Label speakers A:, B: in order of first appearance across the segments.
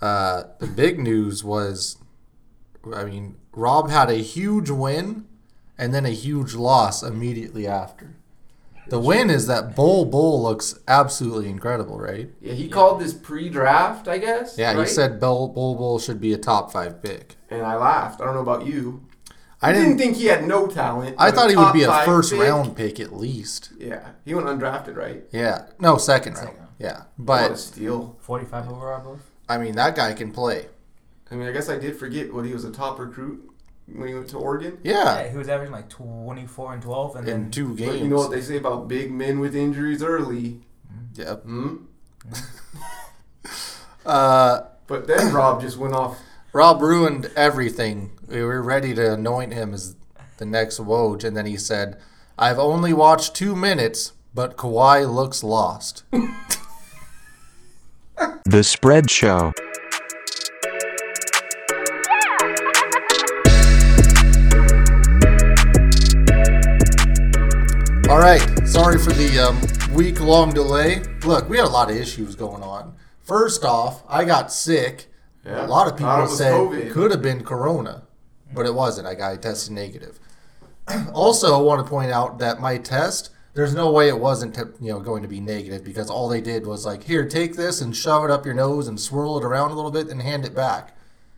A: Uh, the big news was, I mean, Rob had a huge win and then a huge loss immediately after. The win is that Bull Bull looks absolutely incredible, right?
B: Yeah, he called this pre-draft, I guess.
A: Yeah, he
B: right?
A: said Bull Bull Bull should be a top five pick.
B: and I laughed. I don't know about you.
A: I
B: I didn't,
A: didn't.
B: think he had no talent.
A: I
B: but
A: thought he would
B: top
A: be a
B: five
A: first
B: pick-
A: round pick at least.
B: Yeah, he went undrafted, right?
A: Yeah, no second round.
C: Second round.
A: Yeah,
B: What a
A: but
B: steal!
C: 45 overall, I believe.
A: I mean that guy can play.
B: I mean, I guess I did forget what he was a top recruit when he went to Oregon.
A: Yeah,
C: Yeah, he was averaging like 24 and 12, and
A: in
C: then
A: two
B: But
A: games.
B: you know what they say about big men with injuries early.
A: yeah.
B: Hmm?
A: Uh,
B: But then Rob just went off.
A: Rob ruined everything. We were ready to anoint him as the next Woj, and then he said, "I've only watched two minutes, but Kawhi looks lost."
D: The Spread Show.
A: All right. Sorry for the um, week long delay. Look, we had a lot of issues going on. First off, I got sick. A
B: Yeah,
A: lot of people
B: thought it was
A: said
B: COVID.
A: it could have been corona, but it wasn't. I got tested negative. also, I want to point out that my test, there's no way it wasn't te- you know going to be negative because all they did was like, here, take this and shove it up your nose and swirl it around a little bit and hand it back.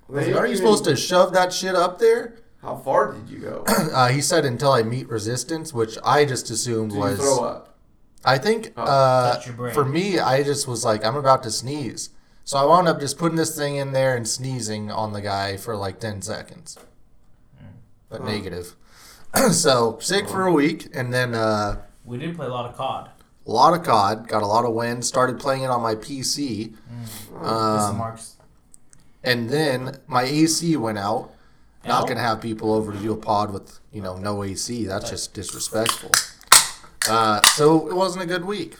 A: I was
B: They
A: like, Are you
B: didn't
A: supposed
B: even-
A: to shove that shit up there?
B: How far did you go?
A: Uh, he said until I meet resistance, which I just assumed
B: Did you
A: was
B: throw up?
A: I think
C: Touch Oh, your
A: uh,
C: brain.
A: for me, I just was like, I'm about to sneeze. So I wound up just putting this thing in there and sneezing on the guy for like 10 seconds, but negative. so sick for a week and then uh,
C: we did play a lot of COD.
A: a lot of COD, got a lot of wins, started playing it on my PC.
C: Mm.
A: Um,
C: this is Mark's.
A: And then my AC went out. Not gonna have people over to do a pod with you know no AC. That's just disrespectful. Uh, so it wasn't a good week.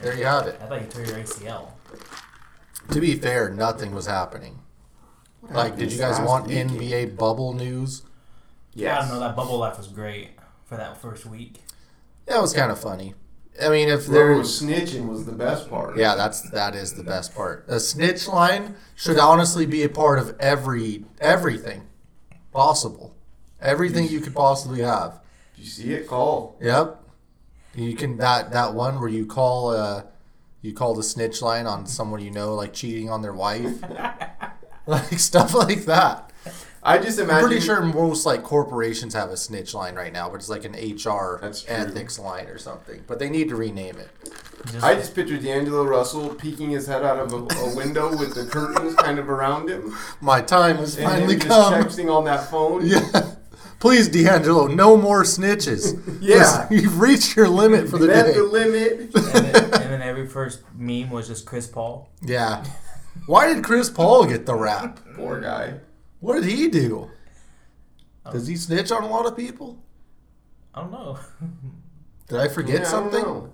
A: There you have it.
C: I thought you tore your ACL.
A: To be fair, nothing was happening. Like, did you guys
B: Last
A: want
B: weekend.
A: NBA bubble news?
C: Yeah, I
B: Yes.
C: don't know. That bubble life was great for that first week.
A: That was kind of funny. I mean, if
B: There was
A: there's
B: snitching was the best part.
A: yeah, that's that is the best part. The snitch line should honestly be a part of every everything possible, everything you could possibly have.
B: Did you see it? Call.
A: Yep. You can that that one where you call uh you call the snitch line on someone you know like cheating on their wife. like stuff like that.
B: I just imagine.
A: I'm pretty sure most like corporations have a snitch line right now, but it's like an HR
B: That's true.
A: ethics line or something. But they need to rename it.
C: Just,
B: I just pictured D'Angelo Russell peeking his head out of a, a window with the curtains kind of around him,
A: My time has
B: and
A: finally
B: him just
A: come.
B: texting on that phone.
A: Yeah. Please, D'Angelo, no more snitches.
B: Yeah.
A: You've reached your limit for the
B: Met
A: day.
B: the limit.
C: and, then, and then every first meme was just Chris Paul.
A: yeah. Why did Chris Paul get the rap?
B: Poor guy.
A: What did he do? Does he snitch on a lot of people?
C: I don't know.
A: Did I forget
B: Yeah, I don't
A: something?
B: know.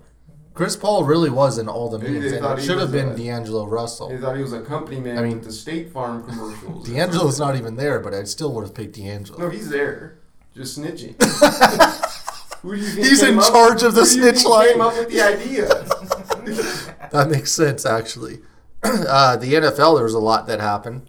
A: Chris Paul really was in all the
B: Maybe
A: memes,
B: they
A: and
B: thought
A: it
B: he
A: should have
B: was uh,
A: been
B: a-
A: D'Angelo Russell.
B: He thought he was a company man
A: I mean-
B: with the State Farm commercials.
A: D'Angelo's not even there, but I still would have picked D'Angelo.
B: No, he's there, just snitching. Who do you think
A: He's
B: came
A: in
B: up-
A: charge of the
B: who do you think
A: snitch line.
B: Came up with the idea.
A: That makes sense, actually. uh, the NFL, there was a lot that happened.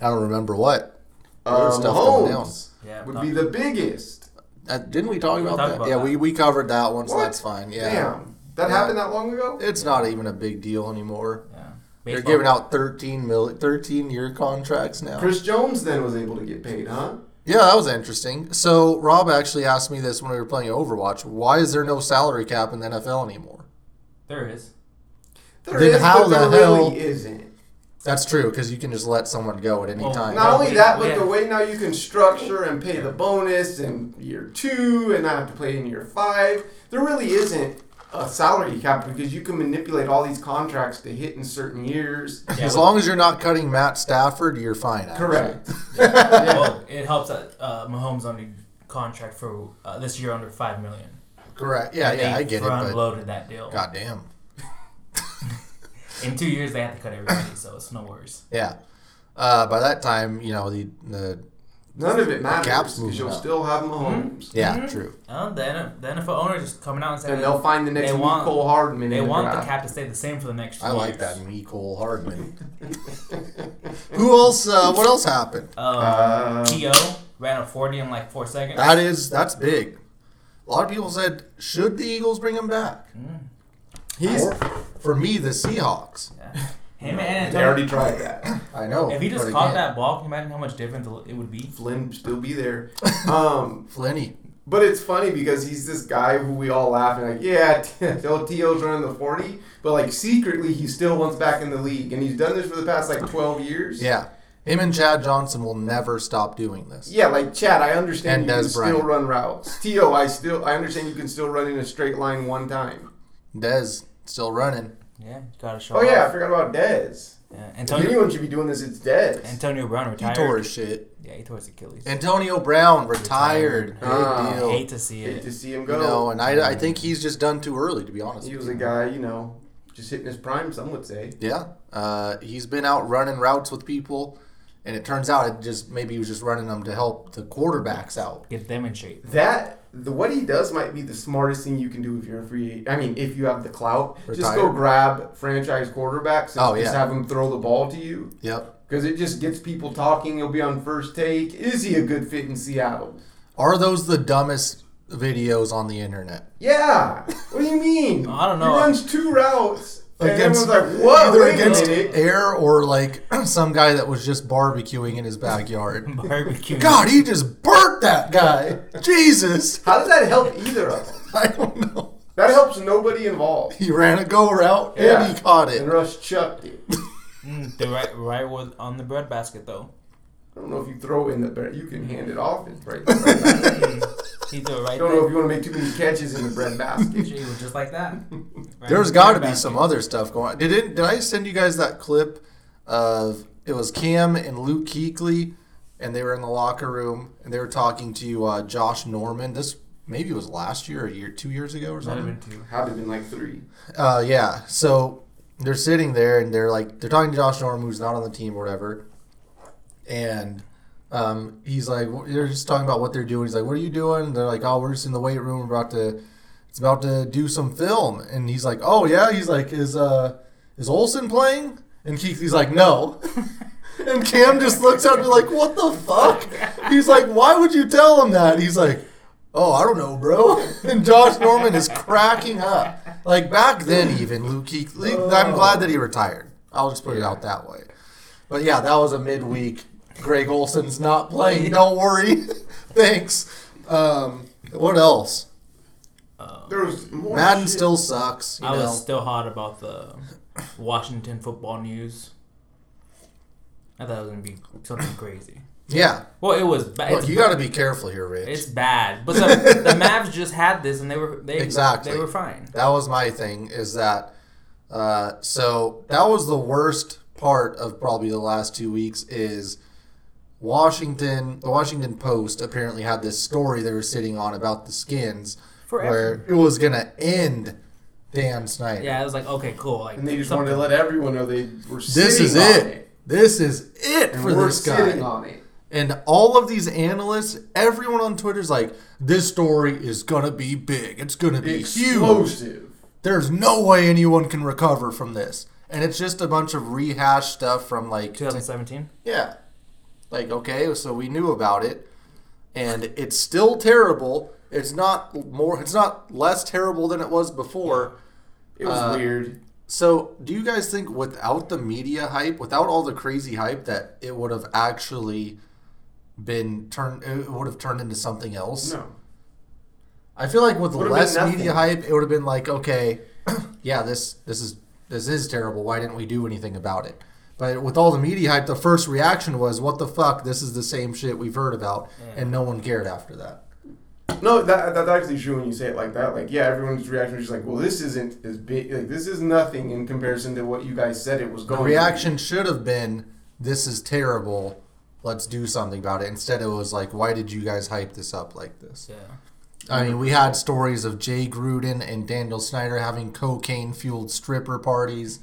A: I don't remember what. There
B: Um,
A: was stuff going down.
B: Mahomes
C: Yeah,
B: would
C: talk-
B: be the biggest.
A: Uh, didn't we talk about
C: talked
A: that?
C: about
A: yeah,
C: that.
A: We, we covered that one, so
B: What?
A: that's fine. Yeah.
B: Damn, that
A: Yeah.
B: happened that long ago.
A: It's not even a big deal anymore.
C: Yeah.
A: They're
C: Baseball.
A: giving out 13 mil- 13 year contracts now.
B: Chris Jones then was able to get paid, huh?
A: Yeah, that was interesting. So Rob actually asked me this when we were playing Overwatch. Why is there no salary cap in the NFL anymore?
C: There is.
B: There
A: Then
B: is,
A: how
B: but there
A: the hell-
B: really isn't.
A: That's true because you can just let someone go at any
C: Well,
A: time.
B: Not
C: Well,
B: only
C: we-
B: that,
C: we
B: but the
C: have-
B: way now you can structure and pay the bonus in year two and not have to play in year five, there really isn't a salary cap because you can manipulate all these contracts to hit in certain years.
C: Yeah,
A: as
C: well-
A: long as you're not cutting Matt Stafford, you're fine. actually.
B: Correct.
C: well, it helps that uh, Mahomes under contract for uh, this year under five million.
A: Correct. Yeah,
C: They
A: yeah, I get it.
C: front
A: But
C: loaded that deal.
A: Oh. goddamn.
C: In two years, they have to cut everybody, so it's no worries.
A: Yeah. Uh, by that time, you know the the
B: None of it matters
A: cap's
B: because
A: moving
B: you'll
A: up.
B: still have Mahomes,
A: Yeah,
C: Mhm.
A: true.
C: Uh, the, N- the NFL owner just coming out and saying
B: and they'll find the next
C: They
B: week
C: want-
B: Cole Hardman.
C: they
B: in
C: want the
B: draft.
C: cap to stay the same for the next.
A: I
C: years.
A: like that Nicole Hardman. Who else? Uh, what else happened?
C: Um,
A: Uh,
B: Um,
C: T.O. ran a forty in like four seconds.
A: That is that's big. A lot of people said, should the Eagles bring him back? He's
B: Or-
A: for me the Seahawks.
C: Yeah. Him and
B: They already tried that.
A: I know.
C: If he just
A: but
C: caught
A: again,
C: that ball, can you imagine how much different it would be?
B: Flynn still be there. Um,
A: plenty.
B: But it's funny because he's this guy who we all laugh and like, yeah, LTO's running the 40, but like secretly he still wants back in the league. And he's done this for the past like 12 years.
A: Yeah, him and Chad Johnson will never stop doing this.
B: Yeah, like Chad, I understand
A: And
B: you can
A: Dez Bryant.
B: still run routes. To, I still I understand you can still run in a straight line one time.
A: Dez still running.
C: Yeah, gotta show.
B: Oh yeah, I
C: off.
B: forgot about Dez.
C: yeah.
B: If
C: Antonio
B: anyone should be doing this, it's Dez.
C: Antonio Brown
A: He
C: retired.
A: tore his shit.
C: Yeah, he tore his Achilles.
A: Antonio Brown retired.
C: Retired.
A: Big
B: Ah.
A: deal.
C: Hate to see
B: Hate
C: it.
B: to see him
A: You
B: go.
A: know, and I, I think he's just done too early, to be honest.
B: he
A: with
B: was a
A: you.
B: guy, you know, just hitting his prime, some would say.
A: Yeah. Uh, he's been out running routes with people, and it turns out it just maybe he was just running them to help the quarterbacks out.
C: Get them in shape.
B: That the what he does might be the smartest thing you can do if you're a free agent. I mean, if you have the clout, just go
A: Retire.
B: grab franchise quarterbacks and
A: Oh, yeah.
B: just have them throw the ball to you
A: Yep.
B: because it just gets people talking. You'll be on first take. Is he a good fit in Seattle?
A: Are those the dumbest videos on the internet?
B: Yeah. What do you mean?
C: I don't know.
B: He runs two routes. and everyone's like, "What?
A: Either
B: Wait
A: against
B: a minute."
A: air or like some guy that was just barbecuing in his backyard.
C: Barbecue.
A: God, he just burnt that guy. Jesus.
B: How does that help either of them?
A: I don't know.
B: That helps nobody involved.
A: He ran a go route
B: Yeah.
A: and he caught
B: And
A: it.
B: Rush chucked it.
C: Mm, the right, right was on the bread basket though.
B: I don't know if you throw in the bread. You can hand it off. It's right there.
C: He threw it right
B: I don't know
C: there.
B: if you want to make too many catches in the bread basket.
C: It was just like that. Right
A: There's
C: in the
A: got to
C: bread
A: be some
C: basket.
A: other stuff going on. Did it, did I send you guys that clip of it was Cam and Luke Keekley, and they were in the locker room and they were talking to uh, Josh Norman. This maybe was last year, or a year, two years ago, or
C: Might have
A: something.
C: been two.
B: Had to been like three.
A: Uh, yeah. So they're sitting there and they're like they're talking to Josh Norman, who's not on the team or whatever, and. Um, he's like, wh- they're just talking about what they're doing. He's like, what are you doing? And they're like, oh, we're just in the weight room. We're about to it's about to do some film and he's like oh yeah he's like is uh is olson playing and keithley's like no and cam just looks at me like what the fuck he's like why would you tell him that he's like oh i don't know bro and josh norman is cracking up like back then even luke keithley i'm glad that he retired i'll just put it out that way but yeah that was a midweek greg olson's not playing don't worry thanks um, what else
C: Uh,
B: There was more.
A: Madden
B: shit.
A: still sucks. You
C: I
A: know.
C: was still hot about the Washington football news. I thought it was gonna be something crazy.
A: yeah.
C: Well, it was bad.
A: Look, you got to be careful here, Rich.
C: It's bad, but the, the Mavs just had this, and they were they
A: Exactly.
C: they were fine.
A: that was my thing. Is that uh, so? That was the worst part of probably the last two weeks. Is Washington? The Washington Post apparently had this story they were sitting on about the skins,
C: Forever.
A: where it was gonna end Dan Snyder.
C: Yeah, it was like okay, cool. Like
B: And they just
C: something-
B: wanted to let everyone know they were
A: This
B: sitting
A: is
B: on
A: it. This is it
B: And
A: for
B: we're
A: this guy.
B: sitting on it.
A: And all of these analysts, everyone on Twitter's like, this story is gonna be big. It's gonna be huge.
B: Explosive.
A: There's no way anyone can recover from this. And it's just a bunch of rehashed stuff from like,
C: 2017.
A: yeah, like okay, so we knew about it, and it's still terrible. It's not more. It's not less terrible than it was before.
B: It was
A: Uh,
B: weird.
A: So, do you guys think without the media hype, without all the crazy hype, that it would have actually been turned? It would have turned into something else.
B: No.
A: I feel like with
B: Would've been
A: less
B: nothing.
A: media hype, it would have been like, okay, yeah, this this is this is terrible. Why didn't we do anything about it? But with all the media hype, the first reaction was, "What the fuck? This is the same shit we've heard about," and no one cared after that.
B: No, that, that's actually true when you say it like that. Like, yeah, everyone's reaction was just like, well, this isn't as big. Like, this is nothing in comparison to what you guys said it was going
A: The
B: to be.
A: reaction should have been, "This is terrible. Let's do something about it." Instead, it was like, "Why did you guys hype this up like this?"
C: Yeah,
A: I mean, we had stories of Jay Gruden and Daniel Snyder having cocaine fueled stripper parties.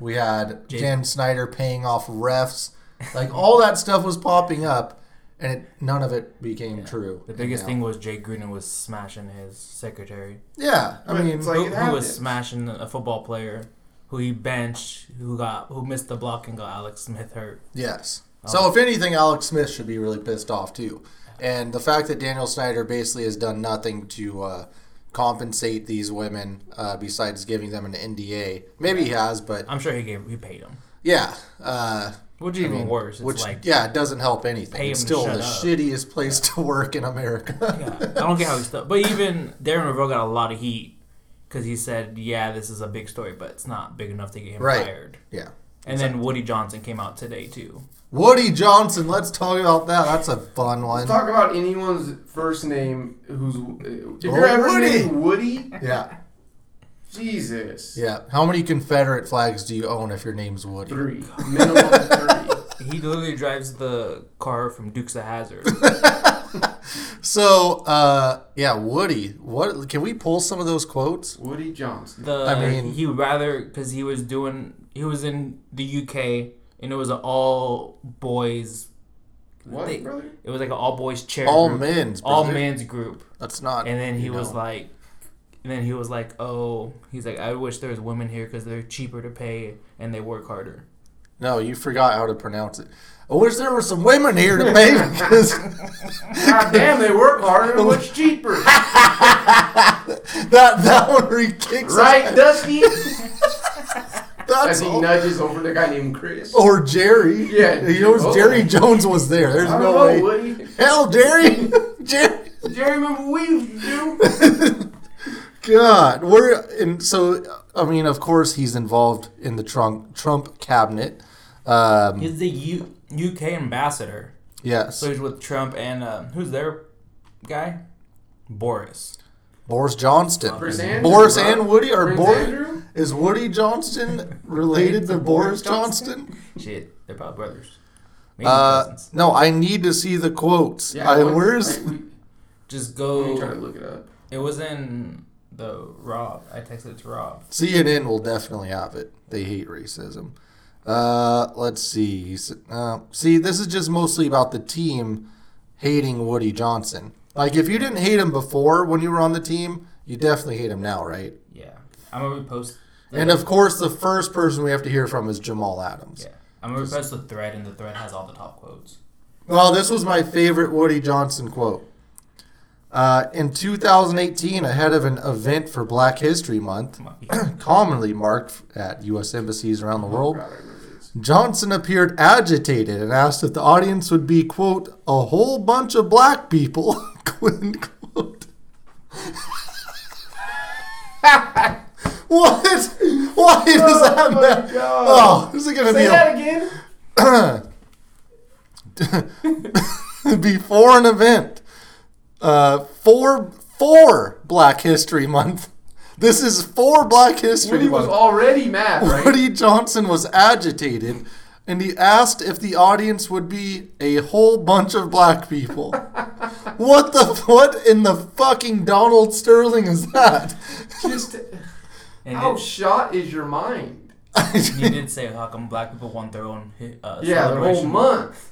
A: We had
C: Jay-
A: Dan Snyder paying off refs. Like all that stuff was popping up, and it, none of it became true.
C: The biggest
A: Yeah.
C: thing was Jay Gruden was smashing his secretary,
A: Yeah, I
B: Right,
A: mean,
B: it's like-
C: who,
B: it
C: who was
B: happens.
C: smashing a football player who he benched, who got who missed the block and got Alex Smith hurt.
A: yes.
C: Oh.
A: So if anything, Alex Smith should be really pissed off too, and the fact that Daniel Snyder basically has done nothing to uh, compensate these women uh, besides giving them an NDA. Maybe he has, but
C: I'm sure he gave he paid him,
A: yeah, uh,
C: which is even worse. It's
A: which
C: like
A: yeah, it doesn't help
C: pay
A: anything. It's
C: him to
A: still
C: shut
A: the
C: up.
A: shittiest place to work in America.
C: yeah, I don't get how he stuck. But even Darren Revell got a lot of heat because he said, "Yeah, this is a big story, but it's not big enough to get him
A: Right.
C: fired."
A: yeah.
C: And then Woody Johnson came out today too.
A: Woody Johnson, let's talk about that. That's a fun one.
B: Talk about anyone's first name who's uh, if
A: Oh,
B: you're ever
A: Woody.
B: named Woody,
A: Yeah.
B: Jesus.
A: Yeah. How many Confederate flags do you own if your name's Woody?
B: Three. Minimum three.
C: He literally drives the car from Dukes of Hazard.
A: So, uh, yeah, Woody. What can we pull some of those quotes?
B: Woody Johnson.
C: The
A: I mean-
C: he would rather because he was doing he was in the UK and it was an all boys.
B: What,
C: they-
B: brother?
C: It was like an all boys chair.
A: All
C: group,
A: men's.
C: all
A: brother.
C: men's group.
A: That's not.
C: Mhm. And then he was
A: know.
C: like, and then he was like, oh, he's like, I wish there was women here because they're cheaper to pay and they work harder.
A: No, you forgot how to pronounce it. I wish there were some women here to pay because
B: God damn, they work harder and much cheaper.
A: that that one where he kicks.
B: right, Dusty?
A: us- That's
B: As he
A: all.
B: nudges over the guy named Chris.
A: Or Jerry.
B: Yeah.
A: You know,
B: Oh.
A: Jerry Jones was there. There's
B: I
A: no
B: don't know,
A: way.
B: Woody.
A: Hell, Jerry. Jerry.
B: Do you remember what we used to do?
A: God, we're and so I mean, of course, he's involved in the Trump Trump cabinet. Um,
C: He's the U- UK ambassador.
A: yes,
C: So he's with Trump and uh, who's their guy? Boris.
A: Boris Johnston,
B: Prince Andrew,
A: Boris
B: bro.
A: and Woody, or
B: Prince
A: Boris
B: Andrew?
A: is Woody Johnston related to Boris
C: Boris
A: Johnston?
C: Shit, they're probably brothers. Maybe
A: Uh,
C: cousins.
A: no, I need to see the quotes.
B: Yeah,
A: I,
B: what-
A: where's
B: I- we-
C: Just
B: Let me try to
C: go.
B: look it up.
C: It was in the Rob. I texted it to Rob.
A: CNN will definitely have it. They hate racism. Uh, let's see. S- Uh, see, this is just mostly about the team hating Woody Johnson. Like, if you didn't hate him before when you were on the team, you definitely hate him now, right?
C: Yeah, I'm gonna repost. The,
A: And of course, the first person we have to hear from is Jamal Adams.
C: yeah, I'm gonna repost the thread, and the thread has all the top quotes.
A: Well, this was my favorite Woody Johnson quote. Uh, in 2018, ahead of an event for Black History Month, commonly marked at U.S. embassies around the world,
B: God, I remember this.
A: Johnson appeared agitated and asked if the audience would be, quote, a whole bunch of black people, quote, quote. what? Why does that
B: my
A: matter?
B: God.
A: Oh, is it going to be
B: Say
A: a-
B: that again.
A: before an event. Uh, for for Black History Month. This is for Black History
B: Woody was
A: Month.
B: already mad, right?
A: Woody Johnson was agitated, and he asked if the audience would be a whole bunch of black people. what the what in the fucking Donald Sterling is that?
B: Just
C: And
B: how
C: it-
B: shot is your mind?
C: he did say how come black people want their own hi- uh,
B: Yeah, the whole
C: celebration.
B: month.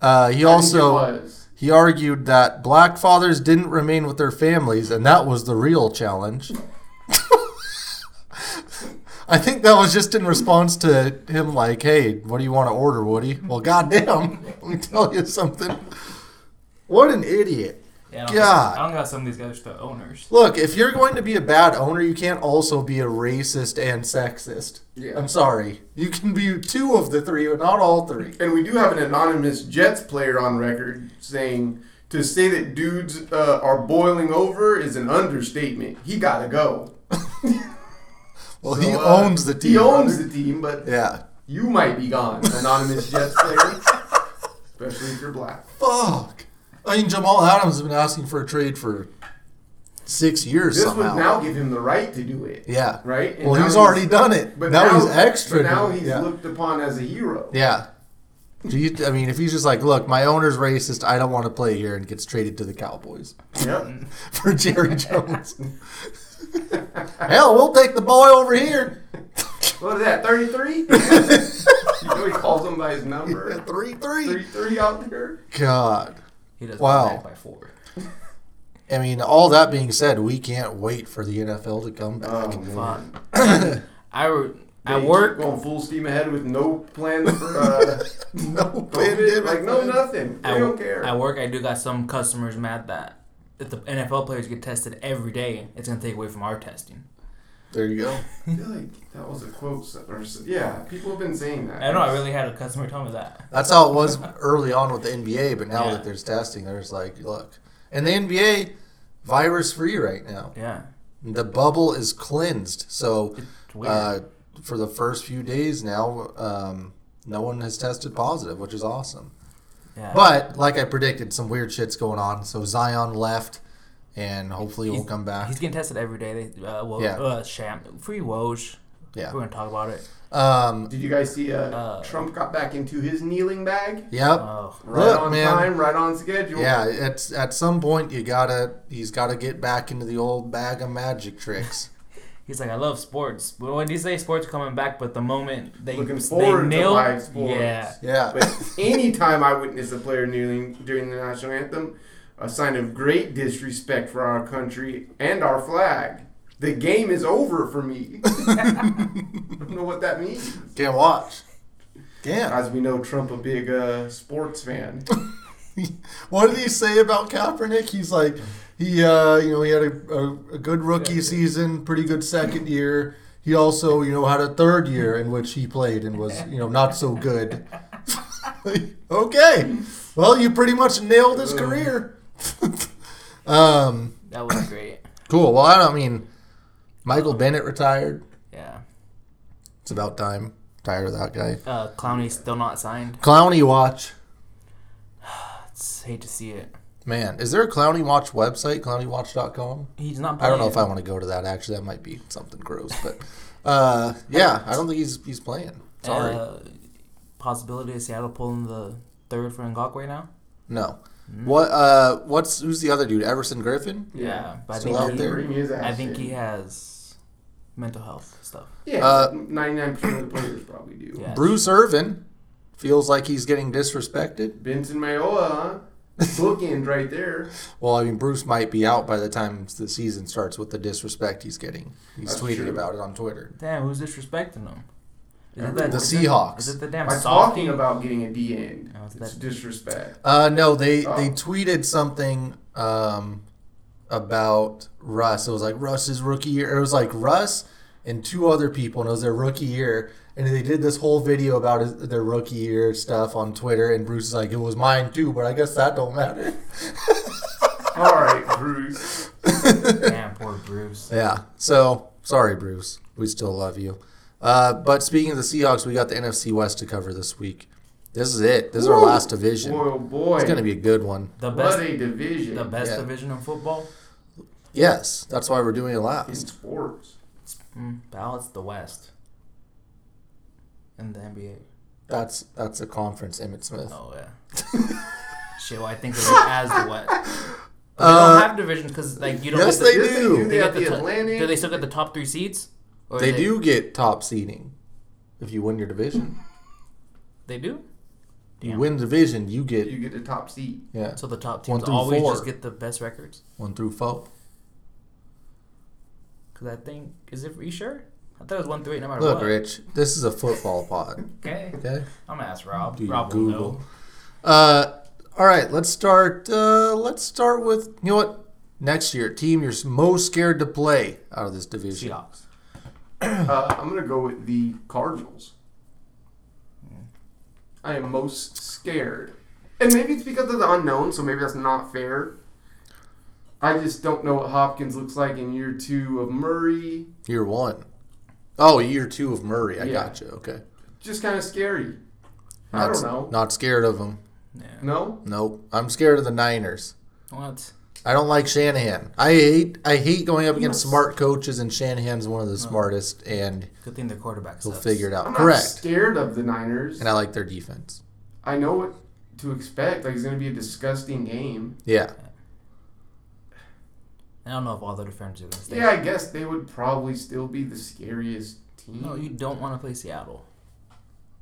A: Uh, he
B: I think it
A: also.
B: was.
A: He argued that black fathers didn't remain with their families, and that was the real challenge. I think that was just in response to him, like, hey, what do you want to order, Woody? Well, goddamn, let me tell you something. What an idiot.
C: Yeah, I don't,
A: God.
C: I don't got some of these guys are the owners.
A: Look, if you're going to be a bad owner, you can't also be a racist and sexist.
B: Yeah.
A: I'm sorry. You can be two of the three, but not all three.
B: And we do have an anonymous Jets player on record saying to say that dudes uh, are boiling over is an understatement. He gotta go.
A: Well,
B: So,
A: he
B: uh,
A: owns the team.
B: He owns
A: brother.
B: the team, but
A: Yeah.
B: you might be gone, anonymous Jets player. Especially if you're black.
A: Fuck. I mean, Jamal Adams has been asking for a trade for six years
B: This
A: somehow.
B: would now give him the right to do it.
A: yeah.
B: Right? And
A: well,
B: now
A: he's already done it.
B: But
A: now, he's extra.
B: But now
A: doing it.
B: he's
A: yeah.
B: looked upon as a hero.
A: yeah. Do you, I mean, if he's just like, look, my owner's racist. I don't want to play here, and gets traded to the Cowboys
B: Yep.
A: for Jerry Jones. Hell, we'll take the boy over here.
B: What is that? Thirty-three? you know he calls him by his number.
A: Three, three.
B: Thirty-three out there.
A: God.
C: He doesn't
A: Wow.
C: back by four.
A: I mean, all that being said, we can't wait for the NFL to come back.
B: Oh, man.
C: Fun. I re-
B: They
C: at work.
B: going full steam ahead with no plan for uh,
A: no
B: COVID,
A: pandemic,
B: like no
A: man.
B: nothing. We
C: I
B: don't care.
C: At work, I do got some customers mad that if the NFL players get tested every day, it's gonna take away from our testing.
A: There you go.
B: I feel like that was a quote. s- Or, s- yeah, people have been saying that.
C: I know. I really had a customer tell me that.
A: That's how it was early on with the NBA, but now
C: Yeah.
A: that there's testing, there's like, look, and the NBA virus free right now.
C: Yeah.
A: The bubble is cleansed, so
C: It's weird.
A: uh, for the first few days now, um, no one has tested positive, which is awesome.
C: yeah.
A: But like I predicted, some weird shit's going on. So Zion left, and hopefully we'll
C: He's-
A: come back.
C: He's getting tested every day. They, uh, well,
A: Yeah.
C: uh, sham free Woj.
A: Yeah.
C: We're gonna talk about it.
A: Um,
B: Did you guys see uh,
C: Uh,
B: Trump got back into his kneeling bag?
A: yep.
C: Oh,
B: Right
A: Look,
B: on
A: man.
B: time, right on schedule.
A: Yeah, it's at some point you gotta he's gotta get back into the old bag of magic tricks.
C: he's like, I love sports. But when do you say sports are coming back? But the moment they
B: Looking
C: they
B: forward to
C: nail,
B: live sports.
C: yeah,
A: Yeah.
B: But anytime I witness a player kneeling during the national anthem, a sign of great disrespect for our country and our flag. The game is over for me. I don't know what that means.
A: Can't watch. Damn.
B: As we know, Trump a big uh, sports fan.
A: What did he say about Kaepernick? He's like he uh you know he had a, a, a good rookie season, pretty good second year. He also, you know, had a third year in which he played and was, you know, not so good. okay. Well, you pretty much nailed his career. um
C: that was great.
A: cool. Well, I don't I mean Michael Bennett retired.
C: Yeah.
A: It's about time. Tired of that guy.
C: Uh, Clowney's still not signed.
A: Clowny Watch.
C: It's, hate to see it.
A: Man, is there a Clowny Watch website? ClownyWatch.com?
C: He's not.
A: I
C: Playing.
A: don't know if I want to go to that. Actually, that might be something gross. But uh, yeah, I don't think he's he's playing. Sorry.
C: Uh, possibility of Seattle pulling the third for Ngakwe now.
A: no.
B: hmm.
A: What? Uh, what's who's the other dude? Everson Griffin.
C: Yeah, but I
A: Still
C: think
A: out
C: he-
A: there?
B: Bring his ass
C: I think
B: in.
C: he has mental health stuff.
B: Yeah,
A: Uh,
B: ninety nine percent of the players probably do.
C: Yeah.
A: Bruce Irvin feels like he's getting disrespected.
B: Benson Mayoa, huh? bookend right there.
A: Well, I mean, Bruce might be out by the time the season starts with the disrespect he's getting. He's
B: That's
A: tweeted
B: true.
A: about it on Twitter.
C: Damn, who's disrespecting him? Is it
B: The
A: The
C: is it- Is
A: Seahawks.
C: it the damn
B: By
C: soft
B: talking about getting a D end,
C: Oh, it's
B: it's
C: that-
B: disrespect.
A: Uh, no, they they
B: Oh.
A: tweeted something um, about Russ. It was like Russ's rookie year. It was like Russ and two other people, and it was their rookie year. And they did this whole video about his, their rookie year stuff on Twitter. And Bruce is like, "It was mine too, but I guess that don't matter."
B: All right, Bruce.
C: Damn, poor Bruce.
A: Yeah. So sorry, Bruce. We still love you. Uh, but speaking of the Seahawks, we got the NFC West to cover this week. This is it. This is our
B: Woo!
A: last division.
B: Boy, oh boy.
A: It's gonna be a good one.
C: The
B: what
C: best,
B: a division
C: the best
A: Yeah.
C: division in football.
A: Yes, that's why we're doing it
B: in
A: last.
B: sports.
C: Mm, pal, it's the West. And the NBA.
A: That's that's a conference, Emmett Smith.
C: Oh yeah. Shit, well, I think of it as the West. But
A: Uh,
C: they don't have divisions because like you don't.
A: yes,
C: get the,
A: They do.
B: They,
A: They
B: got
C: get
B: the
C: to-
B: Atlantic.
C: do they still get the top three seeds? Or
A: They do get top seeding if you win your division.
C: They do.
A: You
C: Damn.
A: win division, you get
B: you get the top seat.
A: yeah
C: So the top
A: One
C: teams
A: through
C: always
A: four.
C: just get the best records.
A: one through four.
C: Because I think is it? Are you sure? I thought it was one through eight. No matter
A: Look,
C: what.
A: Rich, this is a football pod.
C: Okay.
A: Okay,
C: I'm gonna ask Rob.
A: do your
C: Rob will know.
A: Google. Uh, all right, let's start. Uh, let's start with you know what next year team you're most scared to play out of this division.
C: Seahawks.
B: Uh, I'm gonna go with the Cardinals. I am most scared, and maybe it's because of the unknown. So maybe that's not fair. I just don't know what Hopkins looks like in year two of Murray.
A: Year one. Oh, year two of Murray. I
B: Yeah.
A: got you. Okay.
B: Just kind of scary. I
A: Not
B: don't
A: s-
B: know.
A: Not scared of them.
C: Yeah.
B: No,
A: Nope. I'm scared of the Niners.
C: What?
A: I don't like Shanahan. I hate I hate going up against
B: Yes.
A: smart coaches, and Shanahan's one of the smartest, and
C: Good thing the quarterback.
A: he'll
C: sucks.
A: figure it out.
B: I'm not
A: Correct.
B: scared of the Niners.
A: And I like their defense.
B: I know what to expect. Like it's gonna be a disgusting game.
A: Yeah,
C: I don't know if all the defenders are gonna stay.
B: Yeah, I guess they would probably still be the scariest team.
C: No, you don't want to play Seattle.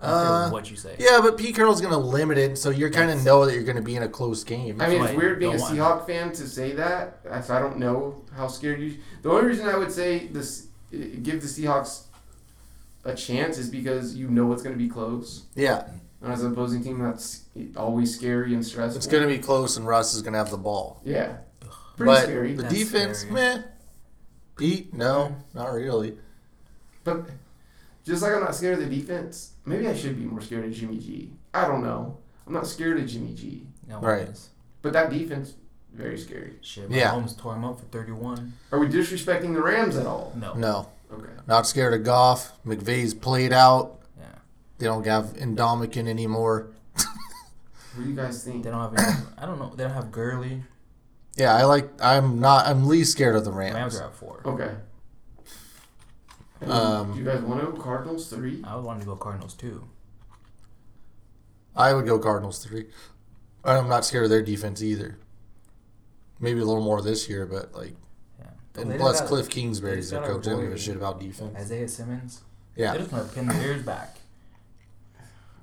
C: I don't care
A: Uh,
C: what you say.
A: Yeah, but Pete Carroll's going to limit it, so you're kind of know that you're going to be in a close game.
B: I mean,
C: That's
B: it's
C: why
B: weird being a
C: you don't
B: Seahawk fan to say that. I- So I don't know how scared you. The only reason I would say this, give the Seahawks a chance, is because you know it's going to be close.
A: yeah,
B: And as an opposing team, that's always scary and stressful.
A: it's going to be close, and Russ is going to have the ball.
B: yeah, pretty
A: But
B: scary.
A: the
C: That's
A: defense,
C: scary.
A: meh. Pete, no, not really.
B: But just like I'm not scared of the defense, maybe I should be more scared of Jimmy G. I don't know. I'm not scared of Jimmy G.
C: No
A: Right.
C: one is.
B: But that defense, very scary.
C: Shit.
A: Yeah.
C: Yeah. Mahomes tore him up for 31.
B: Are we disrespecting the Rams at all?
C: No.
A: No,
B: Okay.
A: not scared of Goff. McVay's played out.
C: Yeah.
A: They don't have Indomitian anymore.
B: What do you guys think?
C: They don't have. Any, I don't know. They don't have Gurley.
A: Yeah, I like. I'm not. I'm least scared of the
C: Rams
A: Rams.
C: are at four.
B: Okay.
A: Um,
B: do you guys want to go Cardinals three?
C: I would want to go Cardinals too.
A: I would go Cardinals three. I'm not scared of their defense either. Maybe a little more this year, but like,
C: Yeah.
A: and
C: They
A: plus
C: got
A: Cliff Kingsbury's
C: they
A: their
C: got a
A: coach. I don't give a
C: boy.
A: shit about defense.
C: Isaiah Simmons.
A: Yeah,
C: They're just gonna pin their ears back.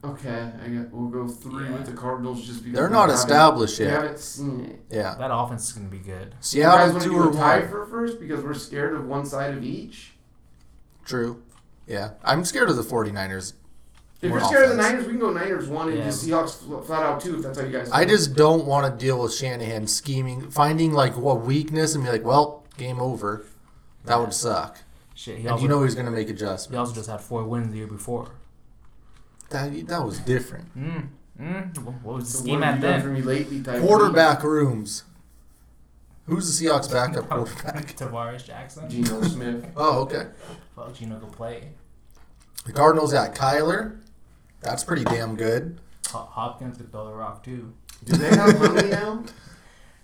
B: Okay, I got, we'll go three
C: Yeah.
B: with the Cardinals just because
A: they're
B: we
A: not
B: haven't-
A: established
B: We
A: yet.
B: haven't seen it.
A: Yeah,
C: That offense is gonna be good.
B: you guys
A: Seattle
B: want to
A: two
B: do
A: or
B: a tie
A: one.
B: for first because we're scared of one side of each.
A: True. Yeah, I'm scared of the 49ers.
B: If
A: More
B: you're scared of the
A: offense.
B: Niners, we can go Niners one and
C: Yeah.
B: just Seahawks fl- flat out two if that's how you guys.
A: I
B: feel.
A: just don't want to deal with Shanahan scheming, finding like what weakness, and be like, well, game over. That would suck.
C: Shit. He
A: And
C: also,
A: you know he's going to make
C: he
A: adjustments.
C: also just had four wins the year before.
A: That that was different.
C: Mm. Mm. What was the
B: So
C: scheme
B: what have
C: at
B: you done for
C: then?
B: me lately, Tyreek?
A: Quarterback rooms. Who's the Seahawks backup quarterback?
C: Tavares Jackson.
B: Geno Smith.
A: Oh, okay.
C: Fuck, Gino can play.
A: The Cardinals at Kyler. That's pretty damn good.
C: Ho- Hopkins could throw the rock too.
B: Do they have money now?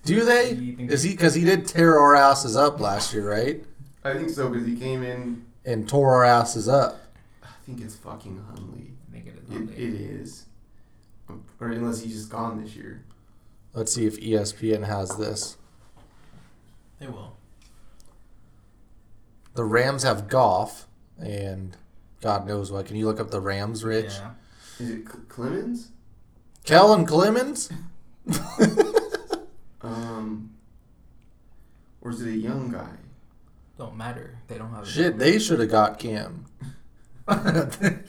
A: Do they? Is he because he did tear our asses up last year, right?
B: I think so because he came in.
A: And tore our asses up.
B: I think it's fucking Hunley.
C: I think it is.
B: It,
C: Huntley.
B: it is, or unless he's just gone this year.
A: Let's see if E ESPN has this.
C: They will.
A: The Rams have Goff, and God knows what. Can you look up the Rams, Rich?
C: Yeah.
B: Is it Cl- Clemens?
A: Kellen Clemens.
B: Um, or is it a young guy?
C: Don't matter. They don't have
A: Shit, they should have got Cam. All
B: Shit.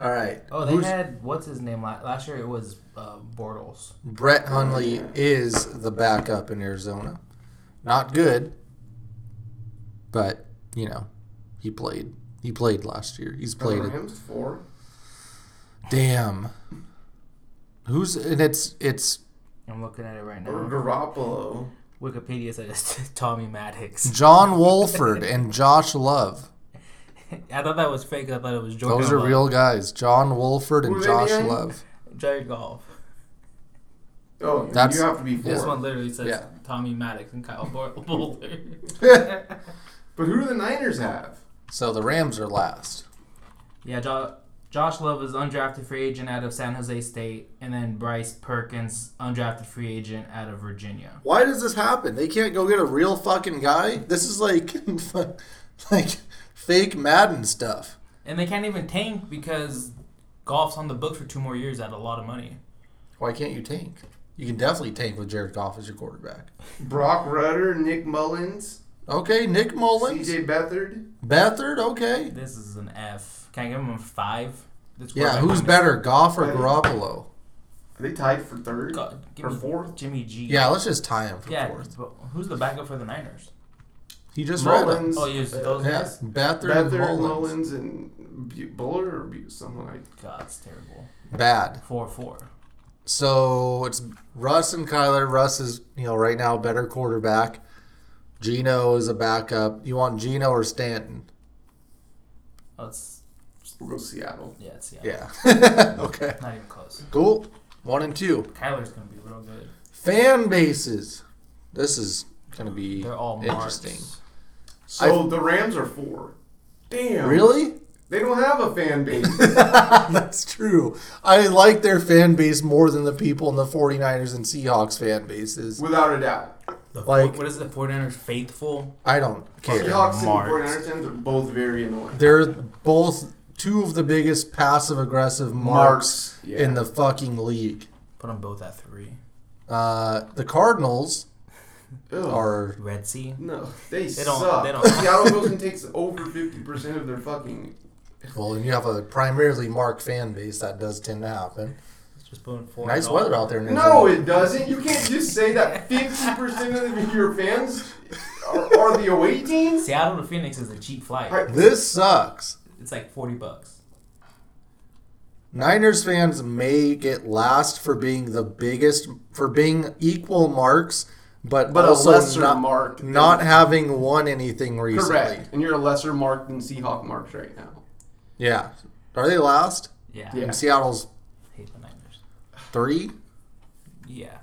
A: right.
C: Oh, they
A: Who's-
C: had what's his name la- last year? It was uh, Bortles.
A: Brett Hundley is the backup in Arizona. Not good, but you know, he played. He played last year. He's played. It.
B: Rams four.
A: Damn. Who's and it's it's
C: I'm looking at it right
B: Or
C: now.
B: Garoppolo.
C: Wikipedia says Tommy Maddox.
A: John Wolford and Josh Love.
C: I thought that was fake. I thought it was Jordan.
A: Those are real guys. John Wolford
B: Who
A: and
B: are they
A: Josh
B: again?
A: Love.
C: Jared Goff.
B: Oh,
A: That's-
B: you have to be four.
C: This one literally says
A: Yeah.
C: Tommy Maddox and Kyle Bor- Boulder.
B: But who do the Niners have?
A: So the Rams are last.
C: yeah, jo- Josh Love is undrafted free agent out of San Jose State, and then Bryce Perkins, undrafted free agent out of Virginia.
A: Why does this happen? They can't go get a real fucking guy. This is like like fake Madden stuff.
C: And they can't even tank because golf's on the books for two more years at a lot of money.
A: Why can't you tank? You can definitely tank with Jared Goff as your quarterback.
B: Brock Rutter, Nick Mullins,
A: Okay, Nick Mullins,
B: C.J. Beathard.
A: Bethard. Okay,
C: This is an F. Can I give him a five? This
A: yeah.
C: quarterback
A: Who's
C: one is-
A: better, Goff or
B: Right.
A: Garoppolo?
B: Are they tied for third?
C: God, give
B: Or
C: me
B: fourth?
C: Jimmy G.
A: Yeah, let's just tie him for
C: Yeah,
A: fourth.
C: but who's the backup for the Niners?
A: He just read him.
B: Mullins.
C: Oh, yes, those
A: Yeah,
C: guys.
A: Bethard, and
B: Beathard,
A: Mullins.
B: Mullins, and Bu- Buller or Bu- someone like
C: God, it's terrible.
A: Bad.
C: Four four.
A: So it's Russ and Kyler. Russ is you know right now better quarterback. Gino is a backup. You want Gino or Stanton?
C: Oh, it's
B: we'll go Seattle.
C: yeah, it's yeah.
A: Yeah. okay.
C: Not even close.
A: Cool. One and two.
C: Kyler's gonna be real good.
A: Fan bases. This is gonna be
C: They're all marks.
A: interesting.
B: So the Rams are four. Damn.
A: Really?
B: They don't have a fan base.
A: That's true. I like their fan base more than the people in the 49ers and Seahawks fan bases.
B: without a doubt.
C: The fo-
A: Like-
C: what is the 49ers faithful?
A: I don't care.
B: Seahawks and
C: Marks.
B: 49ers fans are both very annoying.
A: They're both two of the biggest passive aggressive marks
B: yeah.
A: in the fucking league.
C: Put them both at three.
A: Uh, the Cardinals
B: Ugh.
A: are
C: Red Sea.
B: No, they,
C: They don't-
B: suck.
C: they don't-
B: Seattle goes and takes over fifty percent of their fucking.
A: well, and you have a primarily Mark fan base that does tend to happen.
C: Just putting four.
A: nice
C: and all.
A: weather out there. in
B: No,
A: Arizona.
B: it doesn't. You can't just say that fifty percent of your fans are, are the away teams.
C: Seattle to Phoenix is a cheap flight.
B: Right.
A: this sucks.
C: It's like forty bucks.
A: Niners fans may get last for being the biggest for being equal marks, but,
B: But a
A: also
B: lesser
A: not,
B: mark.
A: not having won anything recently.
B: Correct, and you're a lesser mark than Seahawk marks right now.
A: Yeah, are they last?
C: Yeah.
B: Yeah.
A: And Seattle's
C: Hate the Niners.
A: three.
C: Yeah.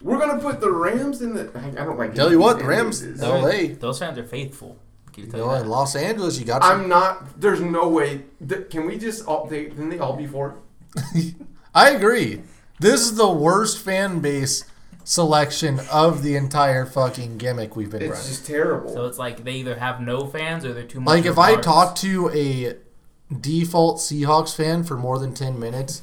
B: We're gonna put the Rams in the. I I don't like.
A: Tell you what, the Rams-
B: Is-
A: No. LA.
C: Those fans are faithful. I keep
A: You
C: telling
A: know,
C: you
A: in
C: that.
A: Los Angeles, you got.
B: I'm not. There's no way. Th- can we just all? They, can they all be four?
A: I agree. This is the worst fan base selection of the entire fucking gimmick we've been
B: It's
A: running.
B: just terrible.
C: So it's like they either have no fans or they're too much.
A: Like
C: of
A: if I
C: ours.
A: talk to a default Seahawks fan for more than ten minutes,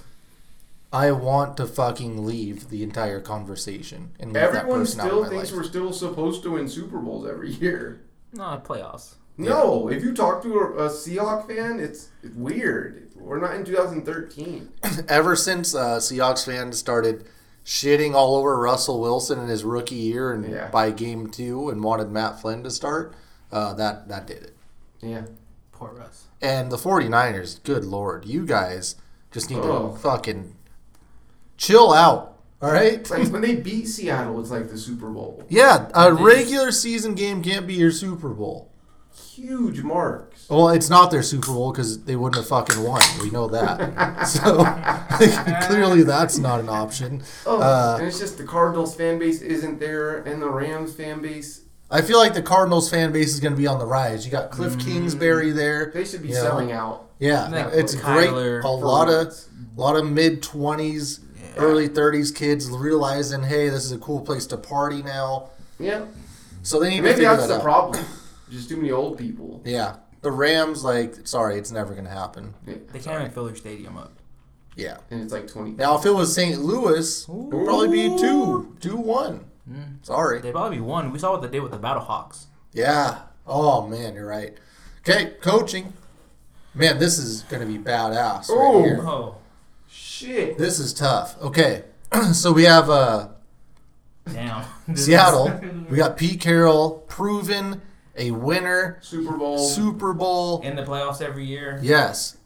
A: I want to fucking leave the entire conversation and leave that
B: Everyone
A: person out
B: still
A: of my
B: thinks
A: life.
B: we're still supposed to win Super Bowls every year.
C: no playoffs.
B: No, if you talk to a, a Seahawk fan, it's, it's weird. We're not in 2013.
A: Ever since uh, Seahawks fans started shitting all over Russell Wilson in his rookie year and
B: Yeah.
A: by game two and wanted Matt Flynn to start, uh, that that did it.
B: Yeah.
C: Poor Russ.
A: And the 49ers, good lord, you guys just need
B: Oh.
A: to fucking chill out. All right.
B: It's like when they beat Seattle, it's like the Super Bowl.
A: Yeah, a
C: They-
A: regular season game can't be your Super Bowl.
B: Huge marks.
A: Well, it's not their Super Bowl because they wouldn't have fucking won. We know that. so clearly, that's not an option.
B: Oh,
A: Uh,
B: and it's just the Cardinals fan base isn't there, and the Rams fan base.
A: I feel like the Cardinals fan base is going to be on the rise. You got Cliff Kingsbury there.
B: Mm. They should be
A: Yeah.
B: selling out.
A: Yeah,
C: Like
A: it's great.
C: Kyler
A: A
B: for
A: lot of
B: once.
A: a lot of mid twenties, early thirties kids realizing, hey, this is a cool place to party now.
B: Yeah.
A: So they need to
B: Maybe
A: figure
B: that's
A: that
B: the
A: out.
B: problem. Just too many old people.
A: Yeah, the Rams, like, sorry, it's never going to happen.
B: Yeah.
C: They can't even fill their stadium up.
A: Yeah.
B: And it's like 20.
A: Now, if it was St. Louis, it would probably be two, two one. Sorry.
C: They probably won. We saw what they did with the Battle Hawks.
A: Yeah. Oh man, you're right. Okay, coaching. Man, this is gonna be badass right
B: Oh.
A: here.
C: Oh,
B: Shit.
A: This is tough. Okay, so we have uh,
C: damn. This is-
A: Seattle. We got Pete Carroll, proven a winner,
B: Super Bowl.
A: Super Bowl.
C: in the playoffs every year.
A: Yes,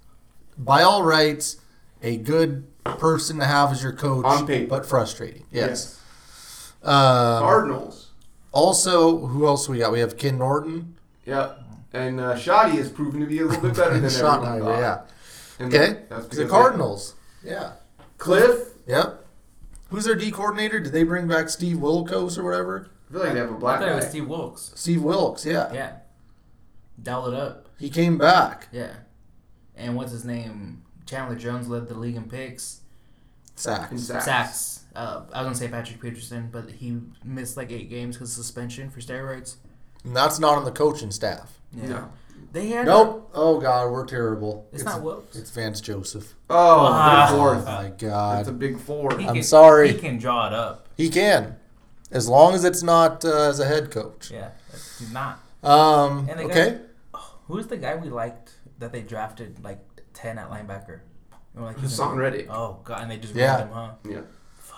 A: by all rights, a good person to have as your coach.
B: On paper.
A: but frustrating. Yes.
B: Yes.
A: Um,
B: Cardinals.
A: Also, who else we got? We have Ken Norton.
B: Yeah. And uh, Shoddy has proven to be a little bit better than
A: Shot
B: everyone
A: Niagara,
B: thought.
A: yeah.
B: And
A: Okay.
B: that's
A: The
B: because
A: Cardinals. Yeah.
B: Cliff.
A: Yep. Who's their D coordinator? Did they bring back Steve Wilkos or whatever?
B: I feel like they have a
C: I
B: black
C: thought it was
B: guy.
C: Steve Wilkes.
A: Steve Wilkes, yeah.
C: Yeah. Dial it up.
A: He came back.
C: Yeah. And what's his name? Chandler Jones led the league in picks.
B: in
A: Sacks.
B: sacks.
C: Sacks. Uh, I was gonna say Patrick Peterson, but he missed like eight games because of suspension for steroids.
A: And that's not on the coaching staff.
C: Yeah.
B: No.
C: They had
A: Nope. Oh God, we're terrible.
C: It's not Wilkes.
A: It's Vance Joseph.
B: Oh,
C: Ah.
B: big
A: Oh
B: fourth.
A: my
B: That's a
A: God.
B: big four.
C: He
A: I'm
C: can-
A: sorry.
C: He can draw it up.
A: He can, as long as it's not uh, as a head coach.
C: Yeah. That's not.
A: Um.
C: And they got-
A: Okay.
C: Who's the guy we liked that they drafted like ten at linebacker? And we're like, he's
B: Hassan
C: gonna-
B: Reddick.
C: Oh god, and they just
A: Yeah.
C: yeah. him, huh?
B: Yeah.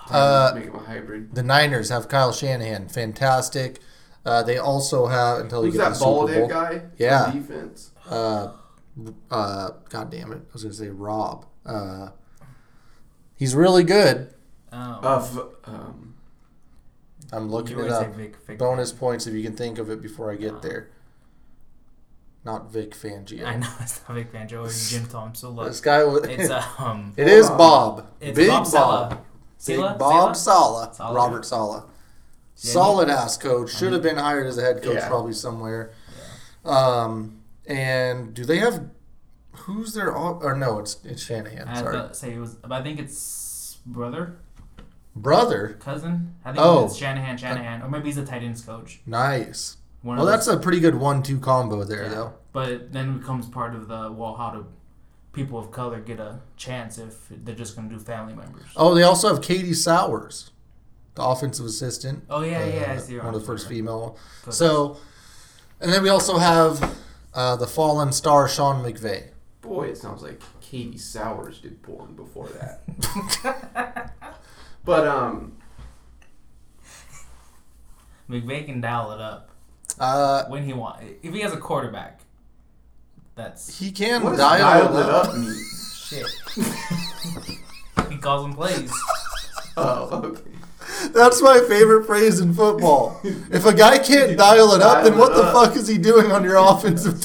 A: Uh,
B: Make him a hybrid.
A: the Niners have Kyle Shanahan. Fantastic. Uh, they also have until
B: Who's
A: you get
B: that
A: to the
B: bald
A: Super Bowl.
B: head guy?
A: Yeah.
B: Defense.
A: uh, uh, God damn it! I was gonna say Rob. Uh, he's really good.
C: Um,
B: Of Uh, um,
A: I'm looking
C: you
A: Uh, it
C: always say
A: up.
C: Vic- Vic-
A: Bonus points if you can think of it before I get there. Not Vic Fangio.
C: I know it's not Vic Fangio or Jim Tom Sula.
A: This guy was.
C: It's um,
A: it is Bob.
C: it's
A: Big
C: Bob
A: Bob.
C: Sala.
A: Big
C: Sila?
A: Bob
C: Sila?
A: Sala.
C: Sala.
A: Robert Sala.
C: he-
A: Solid ass coach. Should have been hired as a head coach
B: Yeah.
A: probably somewhere. Um, and do they have? Who's their? au- Or no, it's it's Shanahan.
C: I
A: sorry,
C: thought say it was, but I think it's brother,
A: brother.
C: cousin. I think
A: Oh.
C: it's Shanahan, Shanahan, or maybe he's the tight ends coach.
A: Nice.
C: One
A: Well,
C: of
A: that's a pretty good one-two combo there,
C: Yeah.
A: though.
C: But it then becomes part of the well, how do people of color get a chance if they're just going to do family members?
A: Oh, they also have Katie Sowers, the offensive assistant. Uh,
C: Oh, yeah, yeah, I see her
A: One
C: on
A: of the first
C: Twitter.
A: female.
C: Cool.
A: So, and then we also have uh, the fallen star Sean McVay.
B: Boy, it sounds like Katie Sowers did porn before that. but um,
C: McVay can dial it up
A: Uh,
C: when he wants. If he has a quarterback, that's
A: he can
B: what does
A: dial,
B: dialed
A: it up.
B: mean?
C: shit. he calls him plays.
B: Oh, okay.
A: That's my favorite phrase in football. If a guy can't dial it up, then
B: Dial
A: what
B: it
A: the
B: up.
A: fuck is he doing on your offensive,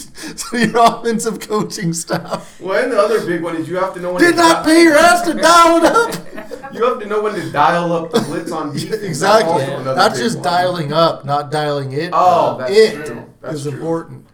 A: your offensive coaching staff?
B: Well, and the other big one is you have to know when
A: Did
B: to
A: not
B: di-
A: pay your ass to dial it up.
B: You have to know when to dial up the blitz on defense. That's
A: exactly.
B: also another
A: That's
B: big
A: just
B: one.
A: dialing up, not dialing it.
B: Oh,
A: up.
B: that's
A: it
B: true. That's
A: is
B: true.
A: important.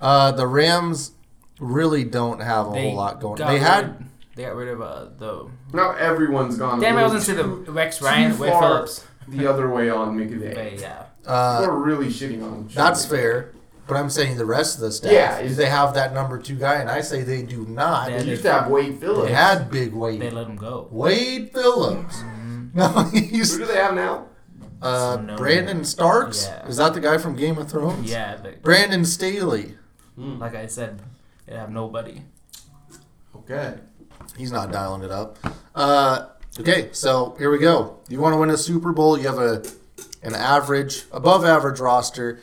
A: Uh, the Rams really don't have a whole lot going.
C: got
A: They had
C: rid- they got rid of uh, the.
B: Now everyone's gone.
C: Damn, I
B: a
C: was
B: little
C: gonna say the
B: too-
C: Rex
B: too
C: Ryan, Wade
B: far
C: Phillips.
B: The other way on McVay.
C: But yeah,
A: uh,
B: We're really shitting on. Sean
A: That's
B: McVay.
A: fair. But I'm saying the rest of the staff.
B: Yeah,
A: do
B: is-
A: they have that number two guy? And I say they do not.
C: They
B: You
C: had
B: used to have Wade Phillips.
A: They had Big
C: they
A: Wade.
C: let him go.
A: Wade Phillips.
C: Mm-hmm.
A: No,
B: Who
A: he's
B: do they have now?
A: uh,
C: No.
A: Brandon Starks.
C: Yeah.
A: Is that the guy from Game of Thrones?
C: Yeah, but
A: Brandon Staley.
C: like I said, they have nobody.
B: Okay.
A: He's not dialing it up. Uh, okay, so here we go. You want to win a Super Bowl? You have a an average, above average roster.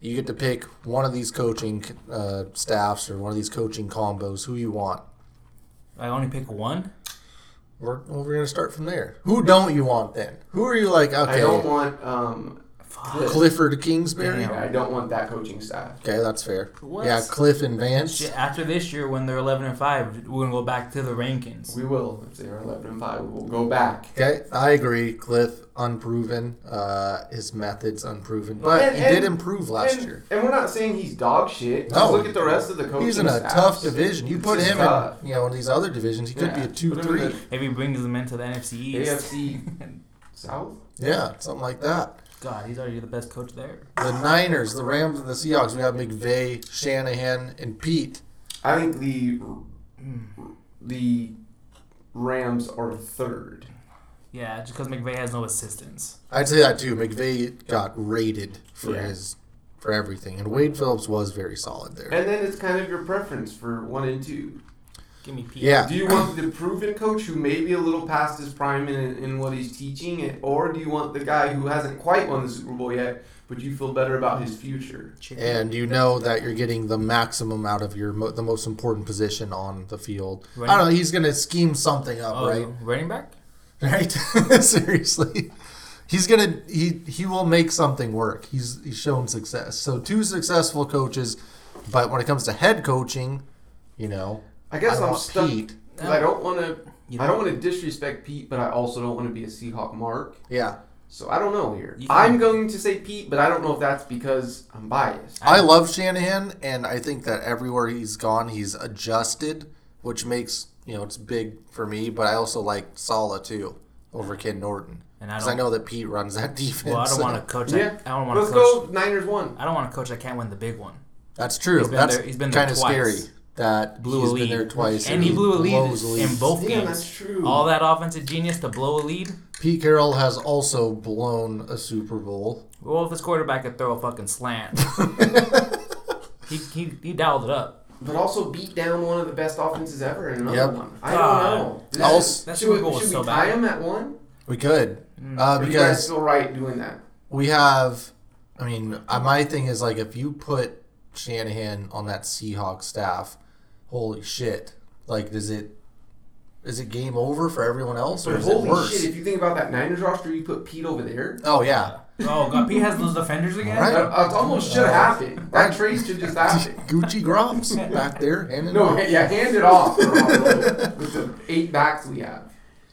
A: You get to pick one of these coaching uh, staffs or one of these coaching combos. Who you want?
C: I only pick one.
A: We're, well, we're gonna start from there. Who don't you want then? Who are you like? Okay,
B: I don't want um. Cliff.
A: Clifford Kingsbury.
C: Damn.
B: Yeah, I don't want that coaching staff.
A: Okay, that's fair.
C: What?
A: Yeah, Cliff and Vance.
C: Shit, After this year, when they're eleven and five, we're gonna go back to the rankings.
B: We will if they are eleven and five. We will go back.
A: Okay, I agree. Cliff unproven. Uh, his methods unproven, but
B: And-
A: he
B: and-
A: did improve last
B: and,
A: year.
B: and we're not saying he's dog shit. Just
A: No.
B: look at the rest of the coaching.
A: He's in a
B: staffs.
A: tough division. You put
B: This is
A: him
B: tough.
A: in, you know, in these other divisions, he could be
B: Yeah.
A: a two-three.
B: Put
C: If he brings them into the NFC
B: him in
C: East,
B: the AFC South.
A: Yeah, something like that.
C: God, he's already the best coach there.
A: The Niners, the Rams, and the Seahawks. We have McVay, Shanahan, and Pete.
B: I think the the Rams are third.
C: Yeah, just because McVay has no assistants.
A: I'd say that too. McVay got rated for
B: Yeah.
A: his for everything, and Wade Phillips was very solid there.
B: And then it's kind of your preference for one and two.
C: Give me Pete.
A: Yeah,
B: Do you want the proven coach who may be a little past his prime in, in what he's teaching, or do you want the guy who hasn't quite won the Super Bowl yet, but you feel better about his future?
C: Cheer.
A: and you know that you're getting the maximum out of your mo- the most important position on the field. I don't know. He's gonna scheme something up,
C: Oh,
A: right?
C: running back.
A: Right? Seriously, he's gonna he he will make something work. He's he's shown success. So two successful coaches, but when it comes to head coaching, you know,
B: I guess
A: I
B: I'm
A: want
B: stuck.
A: Pete.
B: 'cause I don't want to.
C: Yeah.
B: I don't want to disrespect Pete, but I also don't want to be a Seahawk Mark.
A: yeah,
B: So I don't know here.
C: You can-
B: I'm going to say Pete, but I don't know if that's because I'm biased.
A: I love Shanahan, and I think that everywhere he's gone, he's adjusted, which makes you know it's big for me. But I also like Sala too over Ken Norton
C: And I
A: because I,
C: don't-
A: know uh, that Pete runs that defense.
C: Well, I don't
A: so-
C: want to coach.
B: Yeah,
C: I, I don't want to
B: Let's
C: coach.
B: go Niners one.
C: I don't want to coach. I can't win the big one.
A: That's true.
C: He's been
A: That's
C: there- he's been there
A: kind of
C: twice.
A: scary. That
C: Blew
A: he's
C: a lead.
A: been there twice,
C: and he blew a lead
A: blows leads.
C: in both
B: Yeah,
C: games.
B: that's true.
C: All that offensive genius to blow a lead.
A: Pete Carroll has also blown a Super Bowl.
C: Well, if his quarterback could throw a fucking slant, he, he he dialed it up.
B: But also beat down one of the best offenses ever in another
A: Yep.
B: one. I
C: God.
B: don't know. This
A: I'll-
B: is-
C: That
B: should
C: Super
B: we,
C: Bowl was
B: should
C: so
B: we tie
C: bad.
B: him at one?
A: We could
C: Mm,
A: uh,
B: Or do you guys
A: because
B: feel right doing that?
A: we have. I mean, uh, my thing is like if you put Shanahan on that Seahawks staff, holy shit! Like, does it is it game over for everyone else or
B: But
A: is it
B: holy
A: worse?
B: shit, if you think about that Niners roster, you put Pete over there.
A: Oh yeah,
C: Oh god, Pete has those defenders again.
A: Right.
B: That that almost
C: Uh,
B: should have happened. That trade should just happen.
A: Gucci Grumps back there handing
B: No,
A: off.
B: yeah, hand it off for all the- with the eight backs we have.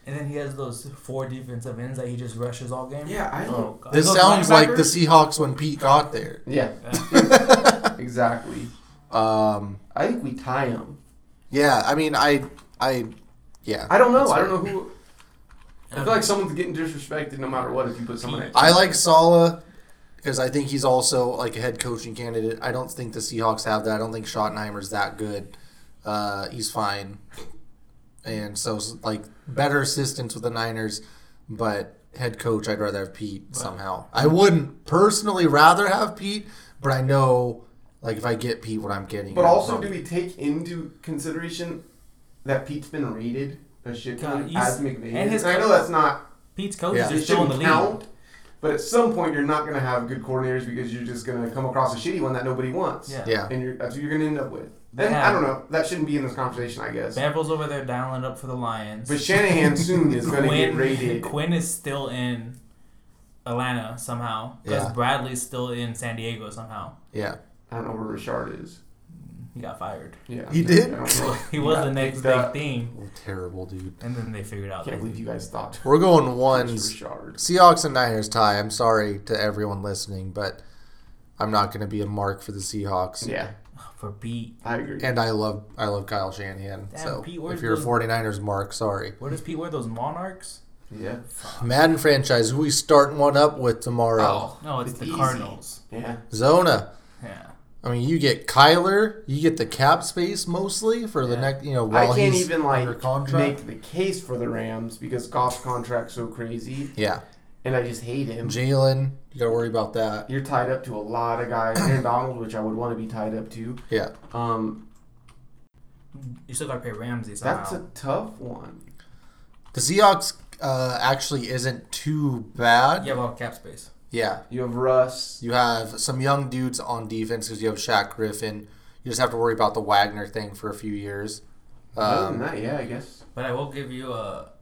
C: And then he has those four defensive ends that he just rushes all game.
B: Yeah, I
C: Oh
B: don't.
C: god.
A: This
C: Those
A: sounds like the
C: linebackers?
A: Seahawks when Pete got there.
B: Yeah, exactly.
A: Um,
B: I think we tie him.
A: yeah, I mean, I, I, yeah,
B: I don't know. I don't know who. I feel like someone's getting disrespected no matter what if you put someone at.
A: I like Sala because I think he's also like a head coaching candidate. I don't think the Seahawks have that. I don't think Schottenheimer's that good. Uh, he's fine, and so like better assistants with the Niners, but head coach I'd rather have Pete somehow. I wouldn't personally rather have Pete, but I know like if I get Pete, what I'm getting.
B: But
A: I'm
B: also,
A: probably-
B: do we take into consideration that Pete's been rated a shit ton
C: God, he's-
B: as McVay?
C: and
B: And
C: his-
B: I know that's not
C: Pete's coaches
A: Yeah.
C: are
B: it
C: still in
B: shouldn't
C: the league.
B: count, but at some point you're not going to have good coordinators because you're just going to come across a shitty one that nobody wants.
C: Yeah.
A: yeah.
B: and you're, that's what you're going to end up with.
C: They
B: And I
C: have-
B: don't know. That shouldn't be in this conversation, I guess.
C: Bevel's over there dialing up for the Lions.
B: But Shanahan soon is going to get rated.
C: Quinn is still in Atlanta somehow because
A: Yeah.
C: Bradley's still in San Diego somehow.
A: Yeah.
B: I don't know where Richard is.
C: He got fired.
B: Yeah,
A: He did?
B: I don't know.
C: He was
B: got
C: the next
B: picked
C: big
B: up.
C: thing,
A: Well, terrible, dude.
C: and then they figured
B: I
C: out.
B: can't
C: that-
B: believe you guys thought.
A: We're going
B: It's
A: ones.
B: Richard.
A: Seahawks and Niners tie. I'm sorry to everyone listening, but I'm not going to be a mark for the Seahawks.
B: Yeah,
C: for Pete.
B: I agree.
A: And I love I love Kyle Shanahan.
C: Damn,
A: so
C: Pete, where's
A: if you're a
C: the-
A: 49ers mark, sorry.
C: Where does Pete wear those monarchs?
B: Yeah,
A: Madden franchise, who we starting one up with
B: Oh.
A: tomorrow?
C: No, it's,
B: It's
C: the
B: easy.
C: Cardinals.
B: yeah.
A: Zona.
C: Yeah.
A: I mean, you get Kyler, you get the cap space mostly for the
C: Yeah.
A: next, you know,
B: I
A: while
B: can't
A: he's
B: even like
A: under contract.
B: make the case for the Rams because Goff's contract's so crazy,
A: Yeah,
B: and I just hate him.
A: Jalen, you got to worry about that.
B: You're tied up to a lot of guys, Aaron Donald, which I would want to be tied up to.
A: Yeah,
B: Um,
C: You still gotta pay Ramsey somehow.
B: that's a tough one.
A: the Seahawks uh, actually isn't too bad.
C: you have all cap space.
A: Yeah,
B: You have Russ.
A: You have some young dudes on defense because you have Shaq Griffin. You just have to worry about the Wagner thing for a few years.
B: Other than
A: Um,
B: that, yeah, I guess.
C: But I will give you a.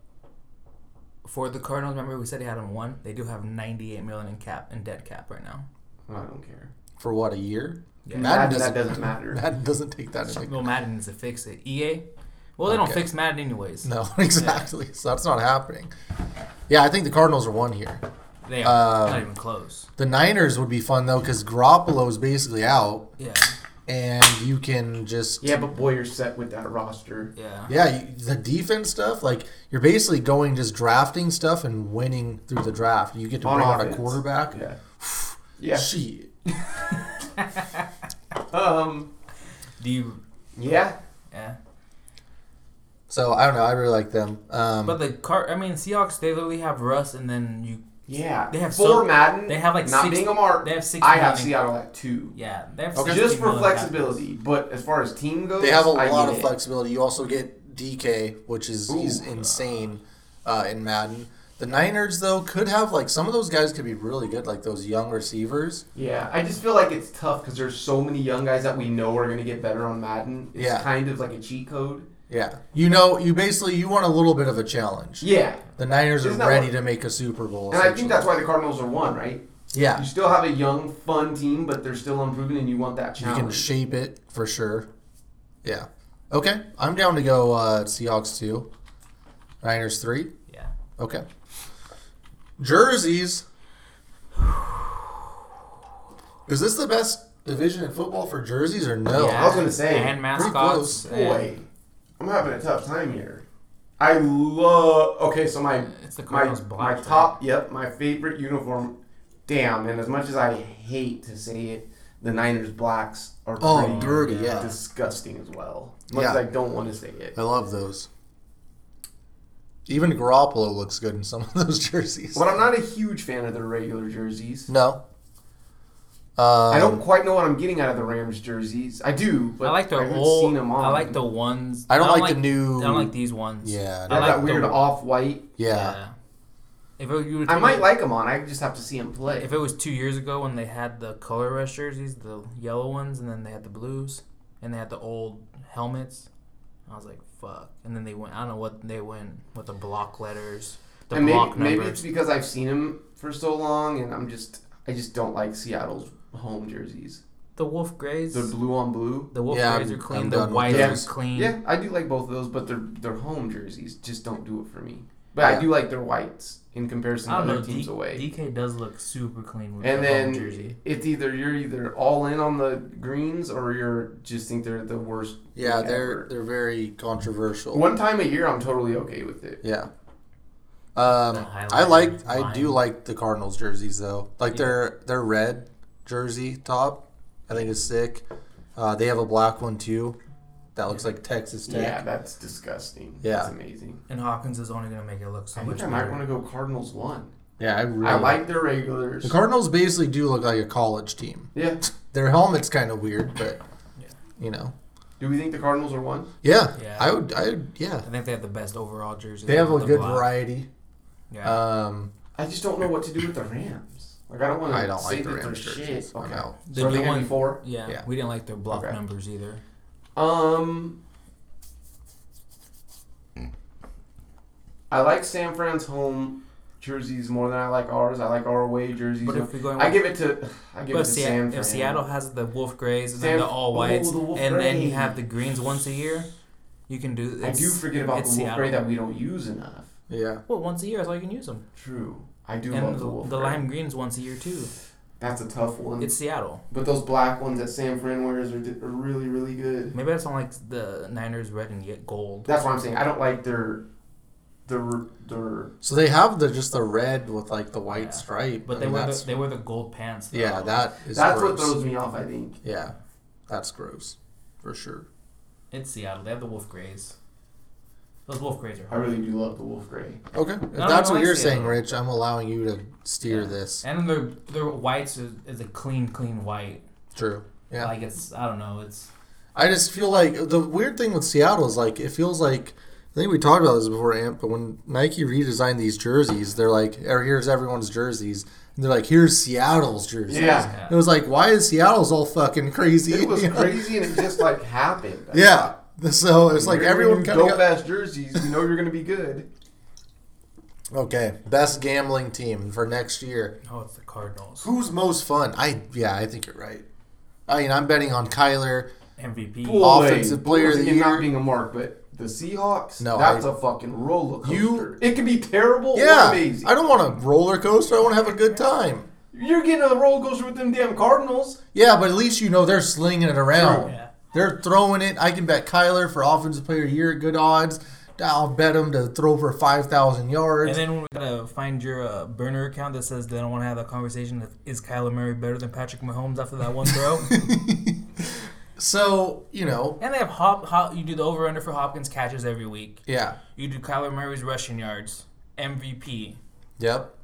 C: For the Cardinals, remember we said they had him one. They do have 98 million in cap in dead cap right now.
B: I don't care.
A: for what a year?
C: Yeah.
B: Madden, that doesn't matter.
A: Madden doesn't take that into
C: Well, Madden needs to fix it. EA, well, they don't
A: Okay.
C: fix Madden anyways.
A: no exactly. So that's not happening. Yeah, I think the Cardinals are one here.
C: They are
A: Um,
C: not even close.
A: The Niners would be fun though because Garoppolo is basically out,
C: Yeah,
A: and you can just
B: Yeah, but boy, you're set with that roster.
C: yeah.
A: Yeah, you- the defense stuff, like you're basically going just drafting stuff and winning through the draft. You get to
B: On
A: bring out a
B: offense.
A: quarterback.
B: Yeah. Yeah.
A: Shit.
B: Um.
C: Do you?
B: Yeah.
C: Yeah.
A: So I don't know. I really like them. Um,
C: But the car. I mean, Seahawks. They literally have Russ, and then you.
B: Yeah.
C: They have
B: for
C: so-
B: Madden.
C: they have like
B: not
C: six-
B: being a mark.
C: they have six
B: I have
C: million.
B: Seattle at two.
C: Yeah, they have
B: Okay.
C: 60
B: Just for
C: million cap.
B: flexibility, but as far as team goes,
A: They have a
B: I
A: lot
B: get
A: of
B: it.
A: flexibility. You also get DK, which is he's
B: Ooh.
A: insane uh, in Madden. The Niners though could have like some of those guys could be really good, like those young receivers.
B: Yeah, I just feel like it's tough because there's so many young guys that we know are going to get better on Madden. It's
A: Yeah.
B: kind of like a cheat code.
A: Yeah, you know, you basically you want a little bit of a challenge.
B: Yeah,
A: The Niners are
B: Isn't that
A: ready
B: what-
A: to make a Super Bowl.
B: and I think
A: essentially.
B: that's why the Cardinals are one, right? You
A: yeah,
B: still have a young, fun team, but they're still unproven, and you want that
A: you can
B: challenge.
A: shape it for sure. Yeah, okay, I'm down to go uh, Seahawks two, Niners three.
C: Yeah.
A: Okay, jerseys. Is this the best division in football for jerseys or no?
C: yeah.
B: I was gonna say,
A: pretty
C: and mascots. and-
B: Boy, I'm having a tough time here. I love. Okay, so my
C: It's the
B: my,
C: Cardinals black.
B: my
C: right?
B: top. Yep, my favorite uniform. Damn, and as much as I hate to say it, the Niners blacks are
A: Oh,
B: pretty
A: dirty, yeah.
B: disgusting as well. As much
A: Yeah.
B: as I don't want to say it.
A: I love those. Even Garoppolo looks good in some of those jerseys.
B: But I'm not a huge fan of their regular jerseys.
A: No. Um,
B: I don't quite know what I'm getting out of the Rams jerseys. I do, but
C: I like the
B: I haven't
C: old.
B: seen 'em on.
C: I like the ones.
A: I don't like the new-
C: I don't like these ones.
A: Yeah.
B: They have
C: I like
B: that
C: the-
B: weird off-white.
A: Yeah.
C: Yeah. If it, you were to
B: I
C: take
B: might
C: it-
B: like them on. I just have to see them play.
C: If it was two years ago when they had the color rush jerseys, the yellow ones, and then they had the blues, and they had the old helmets, I was like, fuck. And then they went, I don't know what they went with the block letters, the
B: and maybe,
C: block
B: maybe it's
C: numbers.
B: because I've seen them for so long, and I'm just I just don't like Seattle's home jerseys.
C: the wolf grays.
B: The
C: The,
B: blue on blue.
C: wolf
A: Yeah,
C: grays
A: I'm-
C: are clean.
A: I'm
C: The
A: done with
C: whites
B: those.
C: are clean.
B: Yeah, I do like both of those, but their their home jerseys just don't do it for me. But I
A: Yeah.
B: do like their whites in comparison to
C: I don't know.
B: other
C: D-
B: teams away.
C: DK does look super clean with
B: and
C: the
B: then
C: home jersey.
B: it's either you're either all in on the greens or you're just think they're the worst.
A: Yeah,
B: thing
A: they're
B: ever.
A: they're very controversial.
B: one time a year I'm totally okay with it.
A: Yeah. Um,
C: The
A: I
C: highlight
A: like,
C: line.
A: I do like the Cardinals jerseys though. Like their their red jersey top, I think is sick. Uh, they have a black one too, that looks like Texas Tech.
B: Yeah, that's disgusting.
A: Yeah.
B: That's amazing.
C: And Hawkins is only gonna make it look so
B: I
C: much
B: think I might want
C: better.
B: to go Cardinals one.
A: Yeah, I really
B: I like their regulars.
A: the Cardinals. Basically, do look like a college team.
B: yeah.
A: Their helmet's kind of weird, but
C: Yeah.
A: you know,
B: Do we think the Cardinals are one?
A: yeah,
C: Yeah.
A: I would, I would, yeah.
C: I think they have the best overall jersey.
A: They have a
C: with the
A: good
C: black.
A: variety.
C: Yeah.
B: uh,
A: Um,
B: I just don't know what to do with the Rams. Like I don't want to.
A: I don't
B: say
A: like the
B: that they're
A: Rams jerseys. Oh,
B: Shit.
A: I'm
B: Okay.
A: out.
C: The
B: So are they
C: new
B: gonna be
C: one-
B: four?
C: yeah,
A: yeah.
C: We didn't like their block
B: Okay.
C: numbers either.
B: Um. I like San Fran's home jerseys more than I like ours. I like our away jerseys.
C: But if we're going
B: I
C: with-
B: give it to I give it
C: But
B: to
C: Se-
B: San Fran.
C: if Seattle has the wolf grays and
B: San-
C: then the all whites,
B: Oh, the wolf
C: and then you
B: gray.
C: have the greens once a year, you can do.
B: I
C: it's-
B: do forget about the
C: it's
B: wolf
C: Seattle.
B: gray that we don't use enough.
A: yeah,
C: Well, once a year is all you can use them.
B: True. I do
C: and
B: love
C: the,
B: the wolf
C: the
B: gray. Um,
C: lime greens once a year too.
B: That's a tough one.
C: It's Seattle.
B: but those black ones that San Fran wears are, di- are really really good.
C: Maybe that's on like the Niners red and yet gold.
B: That's what I'm saying. I don't like their their their
A: so they have the just the red with like the white
C: Yeah.
A: stripe,
C: But
A: I
C: they
A: mean,
C: wear
A: that's-
C: the, they wear the gold pants. Though.
A: Yeah, that is
B: That's
A: gross.
B: what throws me off, I think.
A: yeah, that's gross for sure.
C: it's Seattle. They have the wolf grays. Those wolf grays are
B: I really do love the wolf gray.
A: Okay, if
C: No,
A: that's
C: no,
A: what
C: I
A: you're
C: see it.
A: saying, Rich, I'm allowing you to steer
C: Yeah.
A: this.
C: And their their whites is, is a clean, clean white.
A: True. Yeah.
C: Like it's I don't know. It's
A: I just feel like the weird thing with Seattle is like it feels like I think we talked about this before, Amp. But when Nike redesigned these jerseys, they're like, "Or here's everyone's jerseys," and they're like, "Here's Seattle's jerseys."
B: Yeah.
A: It was like, why is Seattle's all fucking crazy?
B: It was
A: You know?
B: crazy and it just like happened.
A: Yeah. So it's like
B: You're
A: everyone
B: in
A: kind of
B: dope ass jerseys. You know you're gonna be good.
A: okay. Best gambling team for next year.
C: oh, it's the Cardinals
A: Who's most fun? I yeah, I think you're right. I mean, I'm betting on Kyler.
C: MVP.
A: Offensive player of the
B: Again,
A: year.
B: Not being a mark, but the Seahawks.
A: No,
B: that's
A: I-
B: a fucking roller coaster.
A: You-
B: it can be terrible
A: Yeah,
B: or amazing.
A: I don't want a roller coaster. I want to have a good time.
B: You're getting a roller coaster with them damn Cardinals.
A: Yeah, but at least you know they're slinging it around.
C: Yeah.
A: They're throwing it. I can bet Kyler for offensive player of the year at good odds. I'll bet him to throw for five thousand
C: And
A: yards.
C: then we gotta find your uh, burner account that says they don't want to have that conversation. If, is Kyler Murray better than Patrick Mahomes after that one throw?
A: so you know,
C: and they have hop, hop. You do the over under for Hopkins catches every week.
A: yeah,
C: You do Kyler Murray's rushing yards, MVP,
A: yep,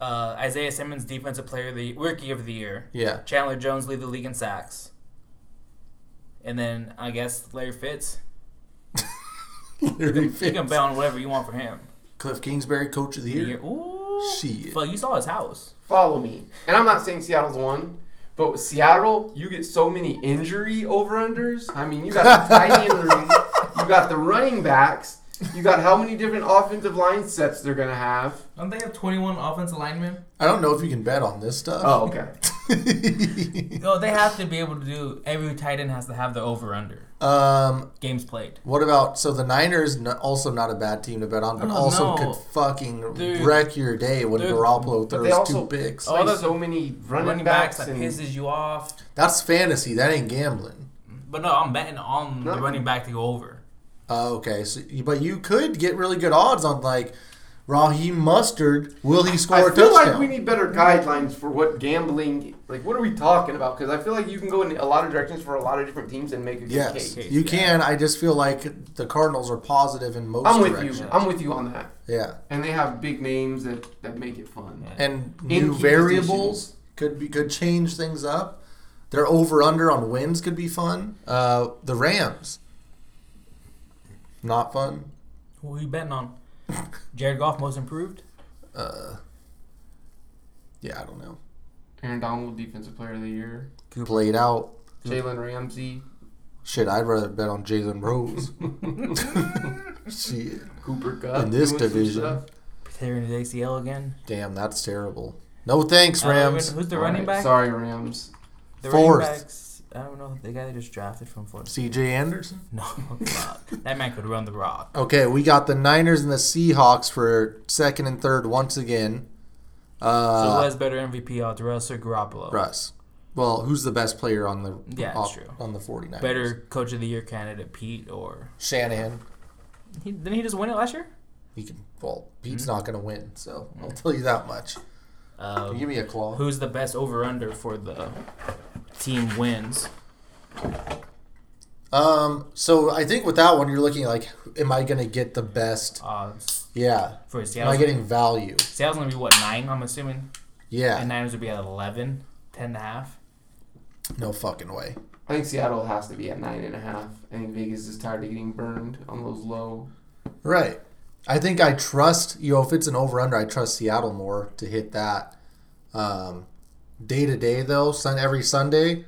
C: uh, Isaiah Simmons defensive player of the rookie of the year,
A: yeah.
C: Chandler Jones lead the league in sacks, and then I guess Larry Fitz. You can bet on whatever you want for him.
A: Cliff Kingsbury, coach of the year.
C: Ooh,
A: Shit.
C: Fuck, you saw his house.
B: Follow me. And I'm not saying Seattle's one, but with Seattle, you get so many injury over unders. I mean, you got the tight end room, you got the running backs, you got how many different offensive line sets they're gonna have.
C: Don't they have 21 offensive linemen?
A: I don't know if you can bet on this stuff.
B: Oh, okay.
C: No, they have to be able to do. Every tight end has to have the over under
A: um,
C: games played.
A: What about so the Niners? n also not a bad team to bet on, but
B: Oh,
C: No,
A: also
C: no.
A: could fucking
C: Dude.
A: wreck your day when
C: Dude.
A: Garoppolo
B: But they
A: throws
B: also
A: two picks.
C: Oh.
B: play so many running,
C: Running backs
B: backs,
C: that
B: and
C: pisses you off.
A: That's fantasy. That ain't gambling.
C: But no, I'm betting on the
B: Nothing.
C: running back to go over.
A: Oh, okay, so but you could get really good odds on like Raheem Mustard. Will he
B: I
A: score a
B: feel
A: touchdown?
B: like we need better guidelines for what gambling. Like, what are we talking about? Because I feel like you can go in a lot of directions for a lot of different teams and make a good
A: yes,
B: case.
A: you can. I just feel like the Cardinals are positive in most
B: I'm with
A: directions.
B: you. I'm with you on that.
A: Yeah,
B: And they have big names that, that make it fun.
A: and
B: In
A: new
B: key
A: variables could be could change things up. Their over under on wins could be fun. Uh, the Rams, not fun.
C: Who are you betting on? Jared Goff most improved.
A: Uh, Yeah, I don't know.
B: Aaron Donald, Defensive Player of the Year.
A: Played out.
B: Jalen Ramsey.
A: Shit, I'd rather bet on Jalen Rose. Shit.
B: Cooper Cup.
A: In this division.
C: Tearing his ACL again.
A: Damn, that's terrible. No thanks,
C: Uh,
A: Rams.
C: who's the running back?
B: Sorry, Rams.
C: The
A: Fourth.
C: running backs. I don't know. The guy they just drafted from Florida.
A: CJ Anderson.
C: No, fuck. that man could run the rock.
A: Okay, we got the Niners and the Seahawks for second and third once again.
C: So who
A: Uh,
C: has better MVP odds, Russ or Garoppolo?
A: Russ. Well, who's the best player on the
C: Oh. Yeah,
A: off-
C: that's true.
A: on the 49ers?
C: Better coach of the year candidate, Pete, or
A: Shanahan.
C: he, didn't he just win it last year?
A: He can. Well,
C: Hmm?
A: Pete's not going to win, so I'll tell you that much. Can you
C: Um,
A: give me a claw.
C: who's the best over under for the team wins?
A: Um. So I think with that one, you're looking like, am I going to get the best?
C: Odds
A: Yeah.
C: for
A: Am I
C: Seattle.
A: getting value?
C: Seattle's gonna be what nine? I'm assuming. And
A: Yeah.
C: Niners would be at 11, 10 and a half.
A: No fucking way.
B: I think Seattle has to be at nine and a half. I think Vegas is tired of getting burned on those low.
A: Right. I think I trust you know if it's an over under, I trust Seattle more to hit that. Um, day to day though, sun every Sunday.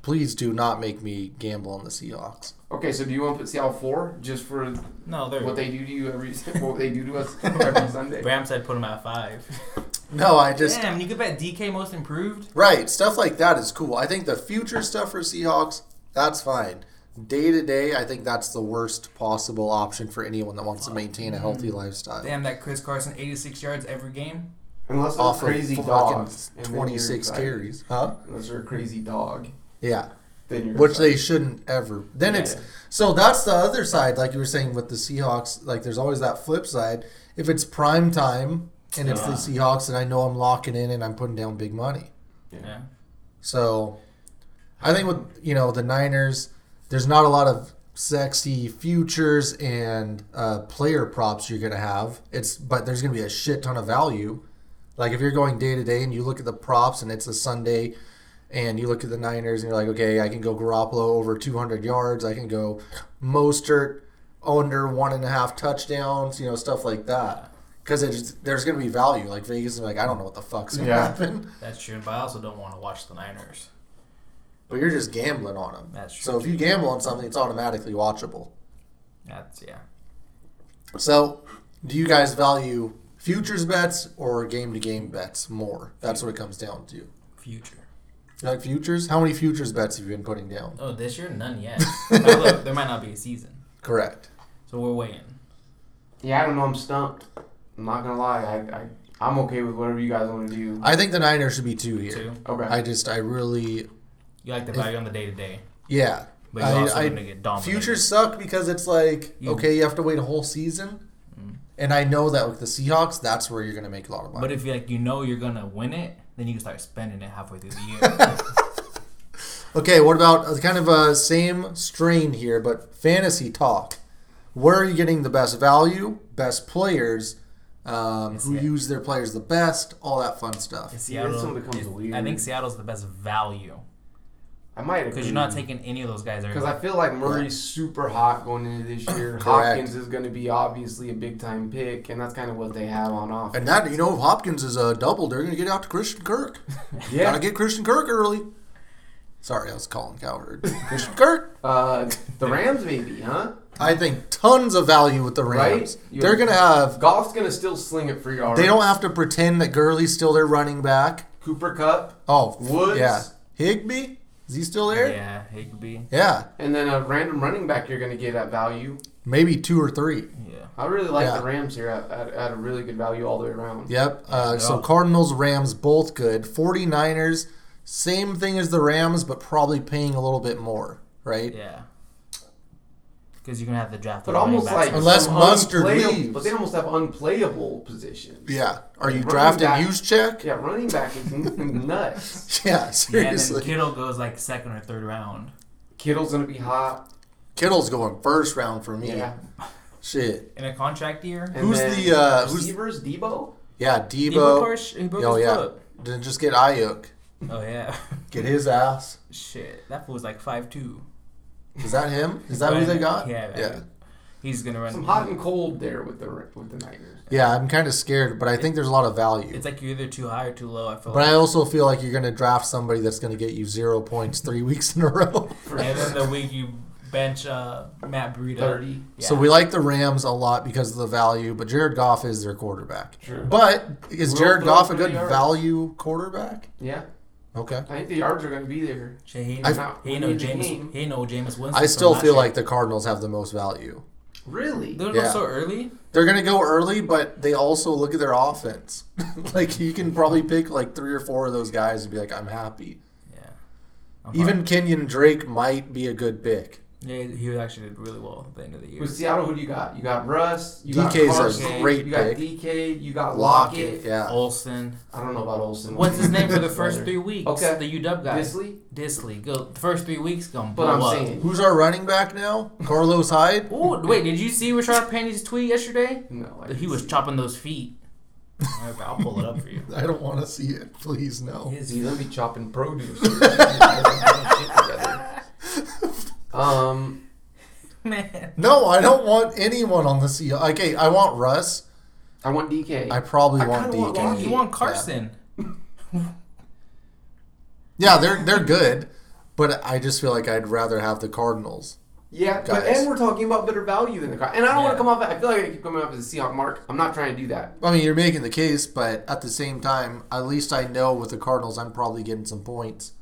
A: Please do not make me gamble on the Seahawks.
B: Okay, so do you want to put Seattle four just for
C: No, they're.
B: what they do to you every what they do to us every Sunday?
C: Bram said put them at five.
A: No, I just
C: Damn, you could bet DK most improved.
A: right stuff like that is cool. I think the future stuff for Seahawks that's fine. Day to day, I think that's the worst possible option for anyone that wants to maintain a
B: Mm-hmm.
A: healthy lifestyle.
C: Damn, that Chris Carson 86 yards every game.
B: Unless they're
A: Off
B: crazy
A: of fucking
B: dogs. and then you're
A: twenty six
B: excited.
A: carries, huh?
B: Unless they're a crazy dog,
A: Yeah.
B: then you're
A: which
B: excited.
A: they shouldn't ever. Then it's
B: Yeah.
A: so that's the other side, like you were saying with the Seahawks. Like there's always that flip side. If it's prime time and it's the
C: Yeah.
A: Seahawks, and I know I'm locking in and I'm putting down big money.
C: Yeah.
A: So I think with you know the Niners, there's not a lot of sexy futures and uh, player props you're gonna have. It's but there's gonna be a shit ton of value. Like if you're going day to day and you look at the props and it's a Sunday, and you look at the Niners and you're like, okay, I can go Garoppolo over 200 yards. I can go Mostert under one and a half touchdowns. You know stuff like that. Because there's going to be value. Like Vegas is like, I don't know what the fuck's going to
B: Yeah.
A: happen.
C: That's true, but I also don't want to watch the Niners.
A: But you're just gambling on them.
C: That's
A: So if you gamble on something, it's automatically watchable.
C: That's yeah.
A: So do you guys value futures bets or game to game bets more? That's what it comes down to. You
C: Future.
A: like futures? How many futures bets have you been putting down?
C: Oh, this year none yet. But look, there might not be a season,
A: Correct.
C: so we're waiting.
B: Yeah, I don't know. I'm stumped. I'm not gonna lie. I, I I'm okay with whatever you guys want to do.
A: I think the Niners should be two here.
C: Two.
B: Okay.
A: I just, I really,
C: You like the value on the day to day,
A: yeah.
C: but you're
A: I-
C: also
A: I-
C: gonna get dominated.
A: Futures suck because it's like,
C: You- Mm.
A: okay, you have to wait a whole season. And I know that with the Seahawks, that's where you're going to make a lot of money.
C: But if you like, you know you're gonna win it, then you can start spending it halfway through the year.
A: Okay, what about uh, kind of a same strain here, but fantasy talk? Where are you getting the best value, best players, um, who
C: it.
A: use their players the best, all that fun stuff?
B: this one becomes
C: is- I
B: weird.
C: think Seattle's the best value
B: I might agree.
C: because you're
A: Mm.
C: not taking any of those guys.
B: Because I feel like Murray's super hot going into this year. Hopkins is going to be obviously a big time pick, and that's kind of what they have on offense.
A: And that, you know, if Hopkins is a double, they're going to get out to Christian Kirk. Gotta
B: Yeah,
A: get Christian Kirk early. Sorry, I was calling Cowherd. Christian Kirk.
B: uh, the Rams maybe, huh?
A: I think tons of value with the Rams.
B: Right? You-
A: They're going to have.
B: Goff's going to still sling it for yards.
A: They don't have to pretend that Gurley's still their running back.
B: Cooper Cup,
A: Oh,
B: Woods.
A: yeah. Higby? Is he still there?
C: yeah, Higby.
A: yeah.
B: and then a random running back you're going to get at value.
A: maybe two or three.
C: Yeah.
B: I really like
A: Yeah.
B: the Rams here at, at, at a really good value all the way around.
A: Yep. Uh, So
C: Yeah.
A: Cardinals, Rams, both good. 49ers, same thing as the Rams, but probably paying a little bit more, right?
C: Yeah. Because you're gonna have to draft. the
B: But
C: running
B: almost
C: backs.
B: like
A: Unless
B: some
A: Mustard
B: unplayable-
A: leaves.
B: but they almost have unplayable positions.
A: Yeah. Are you
B: Running
A: drafting
B: back.
A: Juszczyk?
B: Yeah, running back is nuts.
A: Yeah,
C: yeah, and then
A: seriously.
C: Kittle goes like second or third round.
B: Kittle's gonna be hot.
A: Kittle's going first round for me.
B: Yeah.
A: Shit.
C: In a contract year,
B: And
A: Who's
B: then
A: the, uh, who's-
B: receivers? Debo.
A: Yeah, Debo.
C: he broke
A: Oh
C: his
A: yeah.
C: foot.
A: Then just get Ayuk.
C: Oh yeah.
A: Get his ass.
C: Shit, that fool was like five two.
A: Is that him? Is that who they got?
C: Yeah.
A: Yeah.
C: He's gonna run.
B: Some hot and cold there with the with the Niners.
A: Yeah, I'm kind of scared, but I think there's a lot of value.
C: It's like you're either too high or too low. I feel
A: But
C: like.
A: I also feel like you're going to draft somebody that's going to get you zero points three weeks in a row.
C: and then the week you bench uh, Matt Breida.
B: 30.
C: Yeah.
A: So we like the Rams a lot because of the value, but Jared Goff is their quarterback.
B: Sure.
A: But is
B: We'll
A: Jared
B: throw
A: Goff a
B: three
A: good
B: yards.
A: value quarterback?
B: Yeah,
A: Okay.
B: I think the yards are gonna be there.
C: Shit, he,
A: I-
C: ain't
B: Not
C: he ain't no
B: winning the
C: James.
B: game.
C: He ain't no James Winston.
A: I
C: from
A: still
C: last
A: feel
C: year.
A: like the Cardinals have the most value.
B: Really?
C: they're
A: yeah.
C: not so early.
A: They're going to go early, but they also look at their offense. like you can probably pick like three or four of those guys and be like, I'm happy.
C: Yeah. I'm
B: Uh-huh.
A: Even Kenyon Drake might be a good pick.
C: Yeah, he actually did really well at the end of the year.
B: With Seattle, who do you got? You got Russ. You
A: DK is
B: got
A: a
B: Carson,
A: great
B: You got
A: pick.
B: DK. You got Lockett.
A: Lockett, yeah.
C: Olsen.
B: I don't know about Olsen.
C: What's his name for the first three weeks?
B: Okay.
C: The UW guy.
B: Disley.
C: Disley. Go. The first three weeks gonna blow
B: But I'm
C: up.
B: saying
A: Who's our running back now? Carlos Hyde.
C: Ooh, wait, did you see Rashard Penny's tweet yesterday?
B: no. I
C: He was chopping those feet. Okay, I'll pull it up for you.
A: I don't want to see it. Please no.
B: He's gonna be chopping produce. um,
C: Man.
A: No, I don't want anyone on the E Seahawks. Okay, I want Russ.
B: I want DK.
A: I probably
B: I
A: want
B: kinda want
A: DK.
B: Lockett.
C: You want Carson.
A: Yeah, they're they're good, but I just feel like I'd rather have the Cardinals.
B: yeah, but
A: Guys.
B: and we're talking about better value than the car. And I don't want
C: Yeah.
B: to come off. I feel like I keep coming off as a Seahawk mark. I'm not trying to do that.
A: I mean, you're making the case, but at the same time, at least I know with the Cardinals, I'm probably getting some points.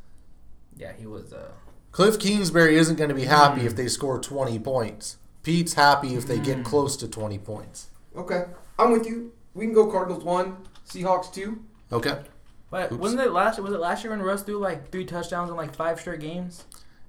C: Yeah, he was. Uh,
A: Cliff Kingsbury isn't going to be happy
B: Mm.
A: if they score 20 points. Pete's happy if they get close to 20 points.
B: Okay, I'm with you. We can go Cardinals one, Seahawks two.
A: Okay.
C: but wasn't it last? Was it last year when Russ threw like three touchdowns in like five straight games?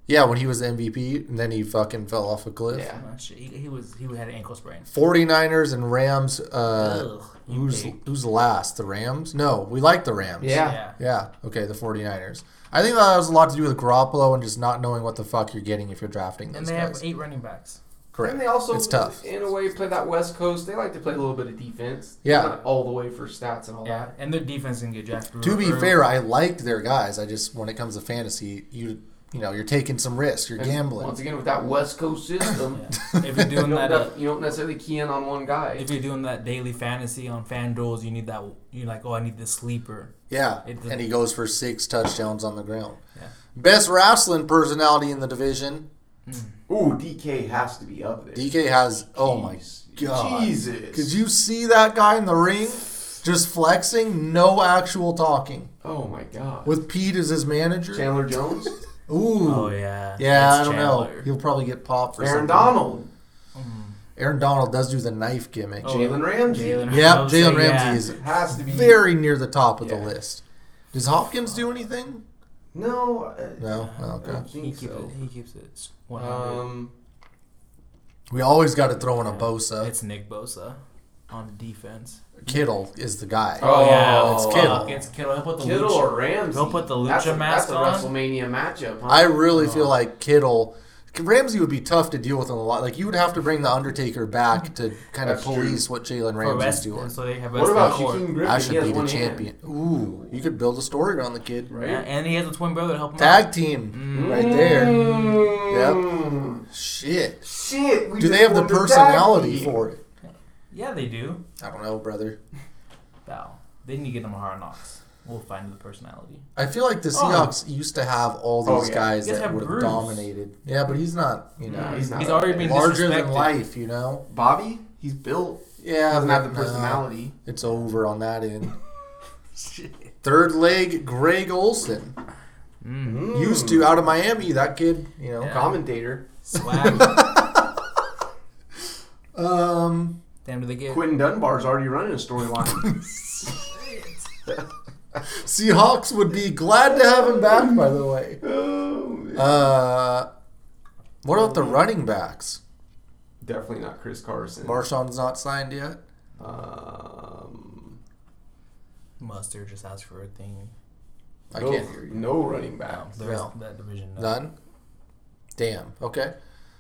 A: Yeah, when he was MVP, and then he fucking fell off a cliff.
B: Yeah.
C: Oh, shit, he, he was. He had an ankle sprain.
A: 49ers and Rams. Uh,
C: Ugh, you
A: who's
C: pig.
A: who's last? The Rams? No, we like the Rams.
B: Yeah.
C: Yeah.
A: Yeah. Okay, the 49ers. I think that has a lot to do with Garoppolo and just not knowing what the fuck you're getting if you're drafting those
C: And they
A: guys.
C: have eight running backs.
A: Correct.
B: And they also,
A: it's tough.
B: in a way, play that West Coast. They like to play a little bit of defense.
A: Yeah.
B: Not all the way for stats and all
C: Yeah,
B: that.
C: and their defense can get jacked.
A: To be
C: real-
A: fair, I liked their guys. I just when it comes to fantasy, you you know you're taking some risk. You're
B: And
A: gambling.
B: Once again, with that West Coast system,
C: Yeah. if
B: you,
C: you're doing
B: don't
C: that, uh,
B: nec- you don't necessarily key in on one guy.
C: if you're doing that daily fantasy on FanDuel's, you need that. You're like, oh, I need the sleeper.
A: Yeah,
C: It-
A: and he goes for six touchdowns on the ground.
C: Yeah.
A: Best wrestling personality in the division.
B: Ooh, DK has to be up there.
A: DK has. Oh my
B: Jeez.
A: god!
B: Jesus.
A: Could you see that guy in the ring, just flexing, no actual talking,
B: oh my god.
A: with Pete as his manager?
B: Chandler Jones,
A: Ooh.
C: Oh yeah.
A: Yeah, I
C: That's
A: don't know.
C: Chandler.
A: He'll probably get popped for
B: Aaron
A: something.
B: Donald,
A: Aaron Donald does do the knife gimmick.
C: Oh,
B: Jalen Ramsey.
C: Jalen-
A: Yep,
C: I would say,
A: Jalen Ramsey
C: yeah.
A: is
B: has to be
A: very near the top of the
B: Yeah.
A: list. Does Hopkins do anything?
B: No. uh,
A: No. Oh,
B: I
A: okay.
B: don't
C: He
B: think
C: keeps it.
B: so.
C: He keeps it. One hundred.
B: Um,
A: We always got to throw in a
C: Yeah.
A: Bosa.
C: It's Nick Bosa on defense.
A: Kittle is the guy.
B: Oh, yeah, it's Kittle.
C: fuck, It's Kittle. He'll put the
B: Kittle
C: Lucha-
B: or Ramsey.
C: They'll put the Lucha
B: that's a,
C: mask
B: That's a
C: on.
B: WrestleMania matchup. Huh?
A: I
C: Oh.
A: really feel like Kittle. Ramsey would be tough to deal with in a lot. Like you would have to bring the Undertaker back to kind of
B: That's true.
A: police what Jalen
C: for
A: Ramsey's
C: rest,
A: doing.
C: and so they have
B: what
C: rest
B: about
C: on the court.
B: Shaquem Griffin?
A: I
B: He
A: should
B: has
A: be the
B: one hand,
A: champion. Ooh, you could build a story around the kid.
B: right?
C: Yeah, and he has a twin brother to help him out.
A: Tag team
C: Mm.
A: right there.
B: Mm.
A: Shit.
B: Shit. We
A: Do
B: just
A: they have the
B: won tag
A: personality
B: team.
A: for it?
C: Yeah, they do.
A: I don't know, brother.
C: Bow. They need to get him a hard knocks. We'll find the personality.
A: I feel like the
C: Oh.
A: Seahawks used to have all
B: Oh,
A: these
B: yeah.
A: guys
C: You guys
A: that
C: have
A: would have
C: Bruce.
A: dominated. Yeah, but he's not, you know,
B: No, he's not.
C: He's
B: up
C: already
B: there.
C: been
A: larger than
C: disrespected.
A: life, you know.
B: Bobby. He's built.
A: Yeah,
B: Doesn't have
A: but
B: the
A: no,
B: personality.
A: it's over on that end. Third leg, Greg Olson
C: Mm.
A: used to out of Miami. That kid, you know.
C: Yeah.
B: commentator.
C: Swag.
A: Um,
C: Damn, do they get?
B: Quentin Dunbar's already running a storyline.
A: Seahawks would be glad to have him back. By the way,
B: oh, man.
A: uh, what about the running backs?
B: Definitely not Chris Carson.
A: Marshawn's not signed yet.
B: um,
C: Mustard just asked for a thing.
A: I
B: no,
A: can't hear you.
B: No running
C: No,
B: back.
C: the
A: No.
C: rest of that division. No.
A: None. Damn. Okay.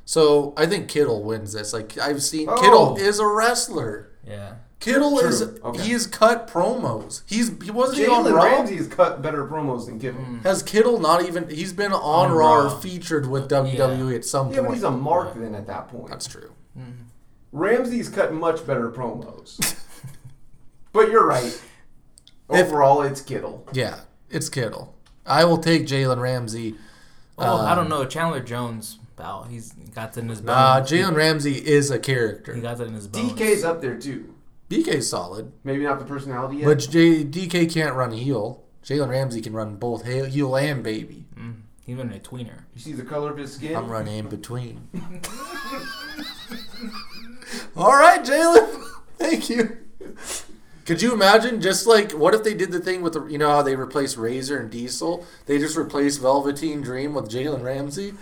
A: So I think Kittle wins this. Like I've seen,
B: Oh.
A: Kittle is a wrestler.
C: Yeah.
A: Kittle
B: True.
A: is
B: Okay.
A: he has cut promos. He's he wasn't even on
B: Jalen
A: Raw.
B: Ramsey has cut better promos than Kittle.
A: Has Kittle not even? He's been on,
C: On
A: Raw, or
C: Raw.
A: featured with WWE at some
B: Yeah, but
A: point.
B: he's a mark then at that point.
A: That's true.
B: Ramsey's cut much better promos. but you're right. Overall, it's Kittle.
A: Yeah, it's Kittle. I will take Jalen Ramsey.
C: Oh, I
A: Um,
C: don't know. Chandler Jones. Bow. He's got it in his
A: Uh,
C: bones.
A: Jalen Ramsey is a
C: he
A: character.
C: got it in his bones.
B: DK's up there too.
A: DK's solid,
B: Maybe not the personality yet.
A: but J- DK can't run heel. Jalen Ramsey can run both he- heel and baby.
C: Mm. He's been a tweener.
B: you see the color of his skin.
A: I'm running in between. All right, Jalen. Thank you. Could you imagine just like what if they did the thing with the, you know how they replace Razor and Diesel? They just replace Velveteen Dream with Jalen Ramsey.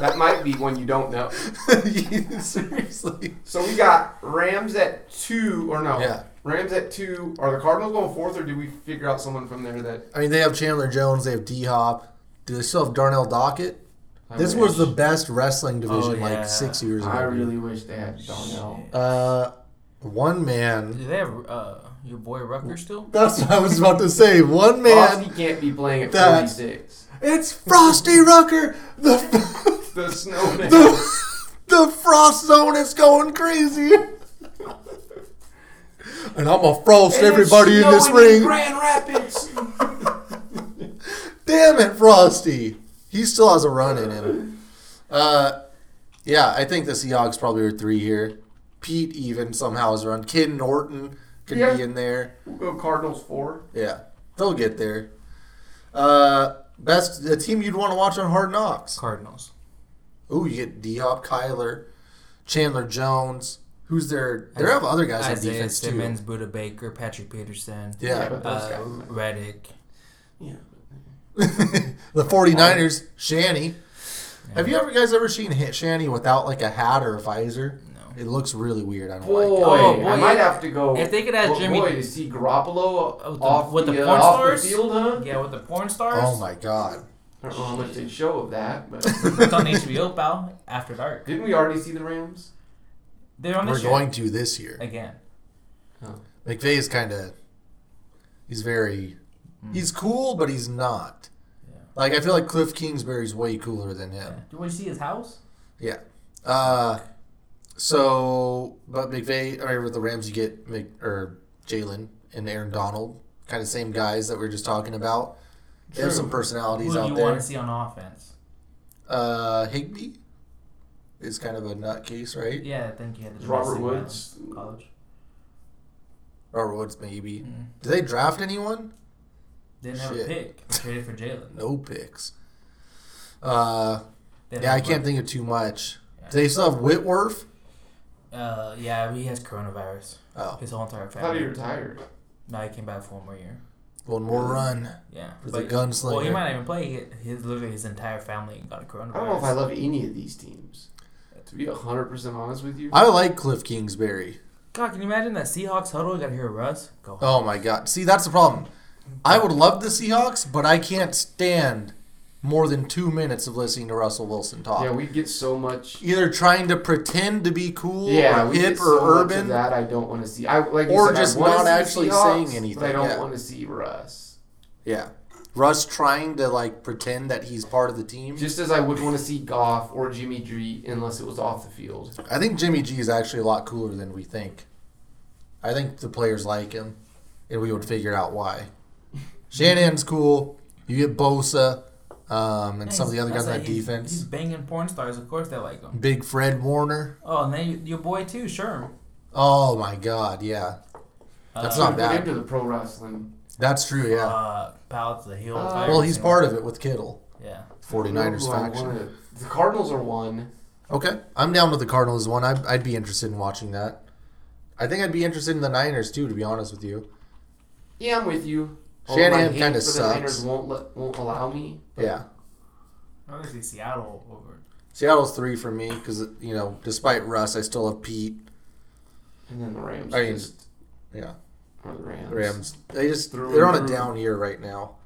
B: That might be one you don't know.
A: Seriously.
B: So we got Rams at two, or no?
A: Yeah.
B: Rams at two. Are the Cardinals going fourth, or do we figure out someone from there that?
A: I mean, they have Chandler Jones. They have D Hop. Do they still have Darnell Dockett?
B: I
A: This
B: wish-
A: was the best wrestling division
C: Oh, yeah.
A: like six years ago.
B: I really wish they had Darnell.
A: Uh, one man.
C: Do they have uh, your boy Rucker still?
A: That's what I was about to say. One man.
B: Frosty can't be playing at
A: That-
B: 46.
A: It's Frosty Rucker. The
B: The snowman.
A: the, the frost zone is going crazy. And I'm gonna frost everybody in this ring.
B: Grand Rapids.
A: Damn it, Frosty. He still has a run in him. Uh, yeah, I think the Seahawks probably are three here. Pete even somehow is run. Kid Norton could
B: Yeah.
A: be in there.
B: Go Cardinals four.
A: Yeah, they'll get there. Uh, best the team you'd want to watch on Hard Knocks.
C: Cardinals.
A: Ooh, you get D Hop, Kyler, Chandler Jones. Who's their? They have other guys on
C: Isaiah
A: defense too.
C: Simmons, Buda Baker, Patrick Peterson,
A: Yeah.
B: but those
C: uh,
B: guys.
C: Reddick.
B: Yeah.
A: the 49ers, Shanny. Have you ever guys ever seen hit Shanny without like a hat or a visor?
C: No.
A: It looks really weird. I don't
B: Boy,
A: like it.
C: Oh, boy,
B: I might
C: yeah.
B: have to go.
C: If they could add
B: oh,
C: Jimmy-
B: boy, to see Garoppolo
C: Oh, with the-
B: off
C: with
B: the,
C: the
B: uh,
C: porn
B: off the
C: stars?
B: field, huh?
C: Yeah, with the porn stars.
A: Oh my god.
B: I don't know how much they show of that, but
C: It's on HBO, pal. After dark.
B: didn't we already see the Rams?
C: They're on
A: We're
C: this
A: going to this year.
C: again.
A: McVay is kind of he's very he's cool, but he's not.
C: Hmm. Yeah.
A: Like I feel like Cliff Kingsbury's way cooler than him.
C: Do we see his house?
A: Yeah. Uh, so, but McVay, I mean, with the Rams, you get Mc, or Jalen and Aaron Donald, kind of same guys that we were just talking about. They have
C: True.
A: some personalities
C: Who do
A: out
C: you
A: there.
C: want to see on offense?
A: Uh, Higby is kind of a nutcase, right?
C: Yeah, I think you had the
B: Robert
C: domestic
B: Woods.
C: violence college.
A: Or Woods, maybe.
C: Mhm.
A: Do they draft anyone?
C: Didn't have
A: Shit.
C: a pick. Traded for Jalen.
A: No picks. Uh,
C: They
A: yeah, I
C: have
A: can't think of too much. Do they still have Whitworth?
C: Uh, yeah, he has coronavirus.
A: Oh,
C: His whole entire
B: I thought he
C: family.
B: retired.
C: Now he came back for one more year.
A: one more run.
C: Yeah,
A: For the
C: but-
A: gunslinger.
C: Well, he might not even play. He- His literally his entire family got a coronavirus.
B: I don't know if I love any of these teams. To be 100% honest with you,
A: I like Cliff Kingsbury.
C: God, can you imagine that Seahawks huddle? Got to hear Russ go.
A: Oh my god. See, that's the problem. I would love the Seahawks, but I can't stand more than two minutes of listening to Russell Wilson talk.
B: yeah, we get so much.
A: Either trying to pretend to be cool
B: Yeah,
A: or
B: we
A: hip
B: get
A: or
B: so much of
A: urban.
B: that I don't want to see. I like you
A: Or
B: said, I
A: just
B: wanna
A: not
B: see the
A: actually
B: Seahawks,
A: saying anything,
B: But I don't
A: yeah.
B: want to see Russ.
A: Yeah. Russ trying to like pretend that he's part of the team.
B: Just as I would want to see Goff or Jimmy G, unless it was off the field.
A: I think Jimmy G is actually a lot cooler than we think. I think the players like him, and we would figure out why. Shanahan's cool. You get Bosa, um, and
C: Yeah,
A: some of the
C: he's-
A: other guys
C: that's
A: on
C: like he's-
A: defense.
C: He's banging porn stars. Of course they like him.
A: Big Fred Warner.
C: Oh, and then your boy too, Sherm.
A: Oh my god, yeah. That's
C: Uh,
A: not
B: Get
A: bad.
B: into the pro wrestling.
A: That's true, yeah.
C: Uh, Pal, the heel.
B: Uh,
A: well, he's part of it with Kittle,
C: Yeah.
A: 49ers
B: Who I
A: faction.
B: wanna- The Cardinals are one.
A: Okay, I'm down with the Cardinals one. I'd, I'd be interested in watching that. I think I'd be interested in the Niners too, to be honest with you.
B: Yeah, I'm with you.
A: Shanahan
B: Although my hate
A: kinda
B: for The
A: sucks.
B: Niners won't let, won't allow me.
A: Yeah.
C: Obviously Seattle over.
A: Seattle's three for me because, you know, despite Russ, I still have Pete.
B: And then the Rams.
A: I mean,
B: just
A: Yeah.
B: are the Rams.
A: The Rams. They just,
B: Through
A: they're
B: and
A: on a
B: through.
A: down year right now.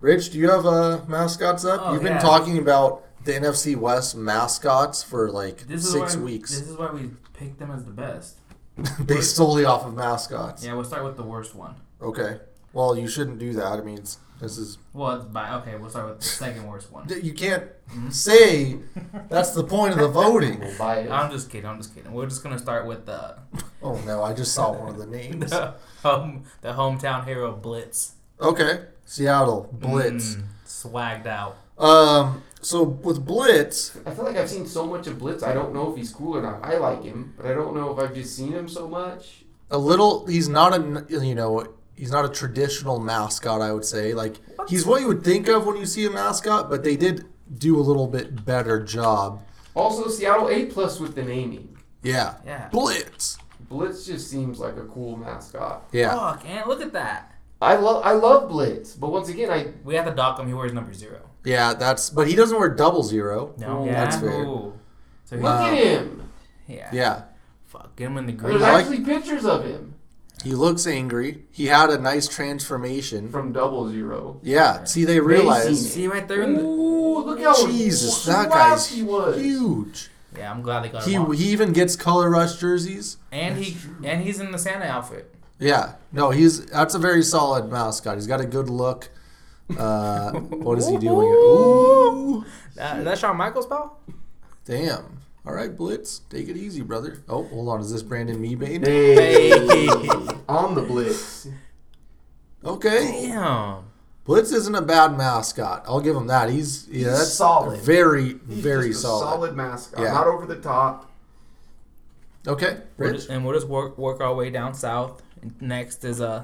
A: Rich, do you have uh, mascots up?
C: Oh,
A: You've
C: yeah.
A: been talking about the NFC West mascots for like
C: This is
A: six
C: why,
A: weeks
C: This is why we picked them as the best.
A: based solely off of mascots.
C: Yeah, we'll start with the worst one.
A: Okay. Well, you shouldn't do that. I mean, it's, this is
C: Well, it's by okay. We'll start with the second worst one.
A: you can't say that's the point of the voting.
B: We'll buy it.
C: I'm just kidding. I'm just kidding. We're just gonna start with the
A: Oh no, I just saw one of the names.
C: home, the hometown hero Blitz.
A: Okay, Seattle Blitz.
C: Mm, swagged out.
A: Um, so with Blitz,
B: I feel like I've seen so much of Blitz. I don't know if he's cool or not. I like him, but I don't know if I've just seen him so much.
A: a little he's not a you know he's not a traditional mascot. I would say like he's what you would think of when you see a mascot, but they did do a little bit better job.
B: Also, Seattle A plus with the naming.
A: Yeah,
C: Yeah.
A: Blitz.
B: Blitz just seems like a cool mascot.
A: Yeah,
C: Oh. Fuck, and look at that.
B: I I love I love Blitz, but once again, I
C: We have to dock him. He wears number zero.
A: Yeah, that's. But he doesn't wear double zero.
C: No,
B: Ooh,
C: yeah.
A: that's fair.
C: Ooh. So he,
B: look at him.
C: yeah.
A: Yeah,
C: Fuck. Get him in the green.
B: There's
A: I like-
B: actually pictures of him
A: he looks angry. He had a nice transformation.
B: from Double Zero.
A: Yeah, see, they
B: Amazing.
A: realized.
C: See right there. In the,
B: Ooh, look how
A: Jesus,
B: swapped
A: that guy's
B: he was.
A: huge.
C: yeah, I'm glad they got
A: He
C: him. off.
A: he even gets color rush jerseys.
C: And he and he's in the Santa outfit.
A: Yeah, no, he's that's a very solid mascot. He's got a good look. Uh, what is he doing? Ooh,
C: That, that Shawn Michaels pal?
A: damn. All right, Blitz, take it easy, brother. Oh, hold on, is this Brandon Meebane?
B: Hey,
C: Hey.
B: on the Blitz.
A: Okay,
C: Damn.
A: Blitz isn't a bad mascot. I'll give him that. He's yeah, that's
B: solid.
A: Very
B: He's
A: very
B: just a
A: solid.
B: solid mascot.
A: Yeah.
B: Not over the top.
A: Okay,
C: We'll
A: Rich.
C: just- and we'll just work work our way down south. And Next is uh,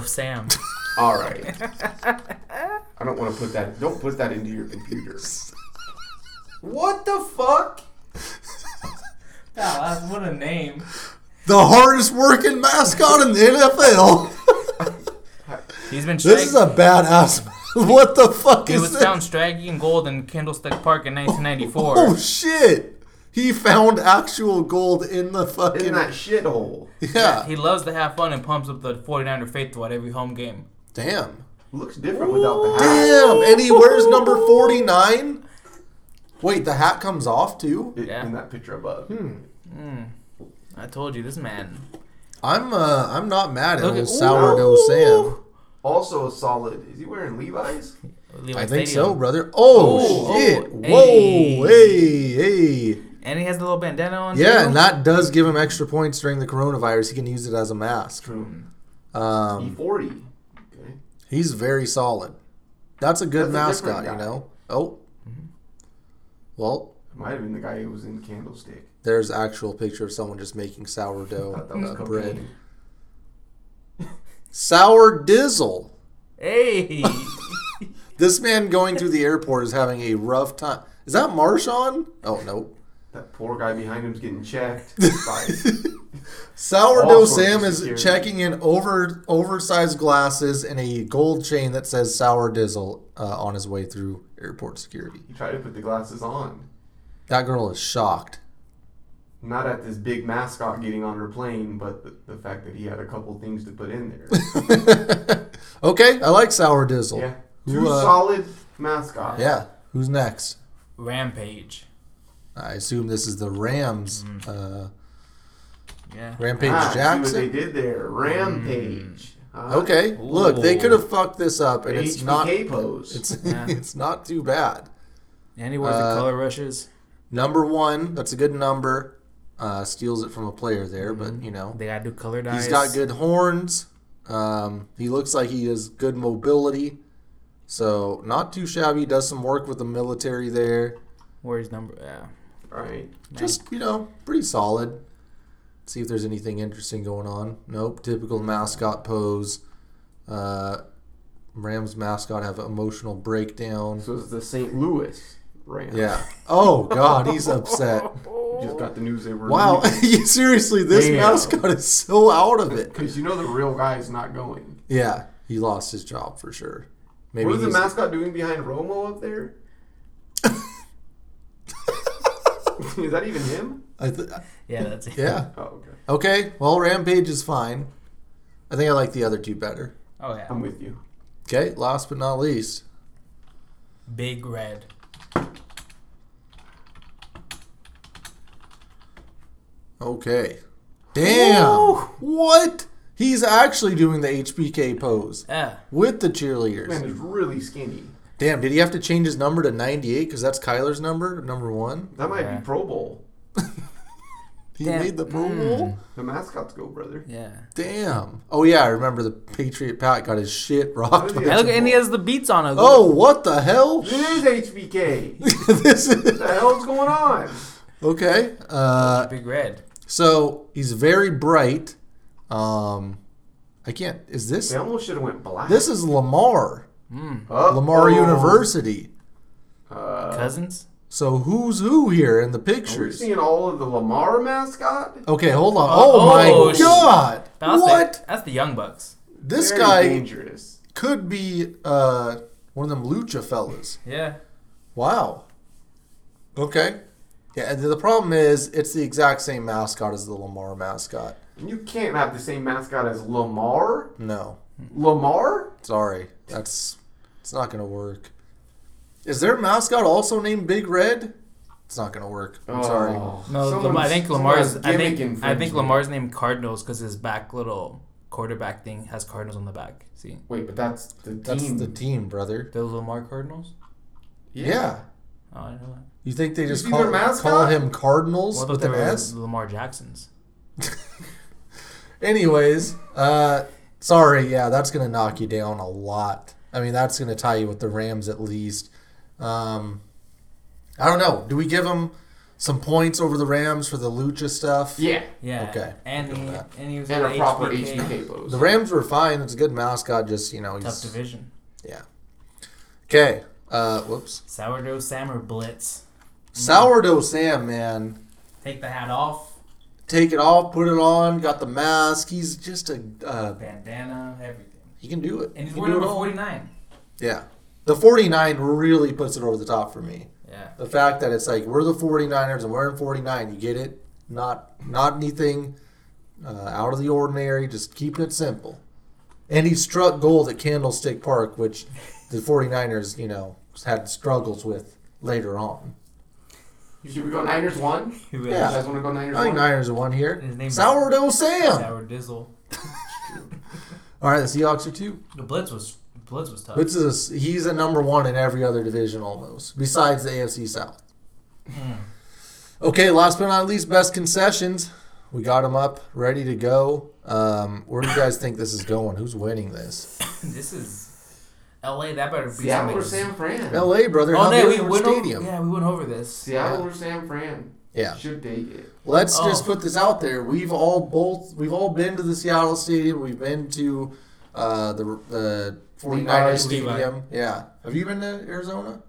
C: Sam.
B: All right. I don't want to put that. Don't put that into your computer. what the fuck?
C: what a name!
A: The hardest working mascot in the NFL.
C: He's been
A: this is a badass. what the fuck
C: he
A: is
C: was
A: this?
C: found striking gold in Candlestick Park in 1994.
A: Oh shit! He found actual gold in the fucking
B: In that shithole.
A: yeah.
C: He loves to have fun and pumps up the 49er faithful at every home game.
A: Damn.
B: Looks different without the hat.
A: Damn. And he wears number forty nine. Wait, the hat comes off too.
B: In-
C: Yeah.
B: In that picture above.
C: Hmm. I told you, this man.
A: I'm uh, I'm not mad at
C: Look
A: old
C: at-
A: sourdough Sam.
B: Also a solid. Is he wearing Levi's?
C: Levi
A: I think so,
C: Stadium.
A: brother. Oh
C: Oh,
A: shit!
C: oh,
A: Whoa! Hey, hey.
C: And he has the little bandana on.
A: Yeah,
C: too.
A: and that does give him extra points during the coronavirus. He can use it as a mask.
B: True.
A: Um,
B: E40. Okay.
A: he's very solid. That's a good
B: That's a
A: mascot,
B: different
A: you
B: guy. Mm-hmm.
A: know. Oh, well,
B: Might have been the guy who was in Candlestick.
A: there's actual picture of someone just making
B: Thought
A: sourdough
B: that was
A: uh,
B: cocaine.
A: bread. Sour Dizzle.
C: Hey,
A: This man going through the airport is having a rough time. Is that Marshawn? Oh no.
B: That poor guy behind him's getting checked. by-
A: Sourdough
B: All sorts
A: Sam
B: of
A: is
B: security.
A: checking in over oversized glasses and a gold chain that says Sour Dizzle uh, on his way through airport security.
B: He tried to put the glasses on.
A: That girl is shocked.
B: Not at this big mascot getting on her plane, but the, the fact that he had a couple things to put in there.
A: okay, I like Sour Dizzle.
B: yeah.
A: Who,
B: Two
A: uh,
B: solid mascots.
A: Yeah, Who's next?
C: Rampage.
A: I assume this is the Rams. Uh,
C: Yeah.
A: Rampage
B: Mm-hmm. Ah, See what they
A: Jackson. Mm.
B: did there. Rampage. Ah,
A: Okay, look, they could have fucked this up, and it's
B: HBK
A: not.
B: pose.
A: It's
C: Yeah.
A: it's not too bad.
C: and he wears
A: Uh,
C: the color rushes.
A: Number one, that's a good number. Uh, steals it from a player there, but you know
C: They gotta do color dyes.
A: He's got good horns. Um, he looks like he has good mobility. So not too shabby. Does some work with the military there.
C: Where's number? Yeah.
B: All right.
A: Just you know, pretty solid. See if there's anything interesting going on. Nope. Typical mascot pose. Uh, Rams mascot have emotional breakdown.
B: So it's the St. Louis Rams.
A: Yeah. Oh God, he's upset.
B: Just got the news they were.
A: Wow. Seriously, this
B: Damn.
A: mascot is so out of it.
B: Because you know the real guy's not going.
A: Yeah, he lost his job for sure. Maybe
B: What was the
A: he's-
B: mascot doing behind Romo up there? Is that even him?
A: I th-
C: Yeah, that's it.
A: yeah.
B: Oh, okay.
A: Okay, well, Rampage is fine. I think I like the other two better.
C: Oh yeah.
B: I'm with you.
A: Okay, last but not least,
C: Big red.
A: okay. Damn! What? He's actually doing the HBK pose
C: Yeah.
A: with the
B: Man
A: cheerleaders.
B: is really skinny.
A: Damn, did he have to change his number to 98 because that's Kyler's number, number one?
B: That might
C: Yeah.
B: be Pro Bowl.
A: He
C: Damn.
A: made the Pro Bowl?
B: The mascots go, brother.
C: Yeah.
A: Damn. Oh, yeah, I remember the Patriot Pat got his shit rocked.
B: What is
A: by-
C: And
B: it?
C: look, and he has the beats on him.
A: Oh, what the hell?
B: It is HBK. what
A: this is.
B: the hell's going on?
A: Okay. Uh,
C: Big red.
A: So he's very bright. Um, I can't. Is this
B: They almost should have went black.
A: this is Lamar
B: Uh-oh.
A: Lamar University?
B: Uh,
C: Cousins.
A: So who's who here
B: Oh,
A: in the
B: we're
A: pictures?
B: seeing all of the Lamar mascot.
A: Okay, hold on. Oh,
C: oh,
B: Uh,
A: my
C: shit.
A: god!
C: Now, that's
A: what?
C: The, that's the Young Bucks.
A: This
B: Very
A: guy
B: dangerous.
A: could be uh, one of them lucha fellas.
C: Yeah.
A: Wow. Okay. Yeah, and the problem is it's the exact same mascot as the Lamar mascot.
B: You can't have the same mascot as Lamar.
A: No,
B: Lamar?
A: sorry, that's it's not gonna work. Is their mascot also named Big Red? It's not gonna work. I'm sorry.
B: Oh,
C: No, Lam-
B: someone's-
C: I think
B: someone's
C: Lamar's. I
B: gimmick
C: think, I think
B: infringement.
C: Lamar's named Cardinals because his back little quarterback thing has Cardinals on the back. See,
B: Wait, but that's the
A: That's
B: team.
A: the team, brother.
C: the Lamar Cardinals.
A: Yeah.
C: Oh, I know that.
A: You think they just
B: see
A: call,
B: their mascot?
A: call him Cardinals
C: Well, I thought
A: with
C: they
A: an
C: were
A: S?
C: Lamar Jacksons.
A: Anyways, uh, sorry, yeah, that's gonna knock you down a lot. I mean, that's gonna tie you with the Rams at least. Um, I don't know. Do we give them some points over the Rams for the Lucha stuff?
B: Yeah.
C: Yeah.
A: Okay.
C: And
A: Look
C: he,
A: at that.
C: and he was
B: And
C: on
B: a proper
C: HBK.
B: HBK pose.
A: The Rams were fine. It's a good mascot. Just you know,
C: Tough
A: he's
C: division.
A: yeah. Okay. Uh, whoops.
C: Sourdough Sam or Blitz.
A: Sourdough Sam, man.
C: Take the hat off.
A: Take it off, put it on. Got the mask. He's just a uh,
C: Bandana. Everything.
A: he can do it.
C: And he's
A: He can
C: wearing
A: do it
C: number
A: all.
C: forty nine.
A: Yeah. The 49 really puts it over the top for me.
C: Yeah.
A: The fact that it's like we're the 49ers and we're in 49, you get it? Not not anything uh, out of the ordinary, just keeping it simple. And he struck gold at Candlestick Park, which the 49ers, you know, had struggles with later on.
B: Should we go Niners one?
C: He was
B: You
A: Yeah.
B: guys want to go Niners
A: I think
B: one?
A: Niners are one here.
C: His name's-
A: Sourdough Sam.
C: Sour Dizzle.
A: All right, the Seahawks are two.
C: The Blitz was Blitz was tough.
A: Which is a, he's a number one in every other division almost, besides the AFC South.
C: Hmm.
A: Okay, last but not least, best concessions. We got them up, ready to go. Um, where do you guys think this is going? Who's winning this?
C: This is L.A. That better be
B: Seattle or
C: something.
B: San Fran?
A: L.A. brother,
C: Oh
A: Hal
C: no, we
A: Davidson
C: went over.
A: Stadium.
C: Yeah, we went over this.
B: Seattle or San Fran?
A: Yeah.
B: Should take it.
A: Let's
C: Oh.
A: just put this out there. We've all both we've all been to the Seattle Stadium. We've been to uh, the the 49ers
B: Levi's.
A: Stadium.
C: Levi.
A: Yeah. Have you been to Arizona?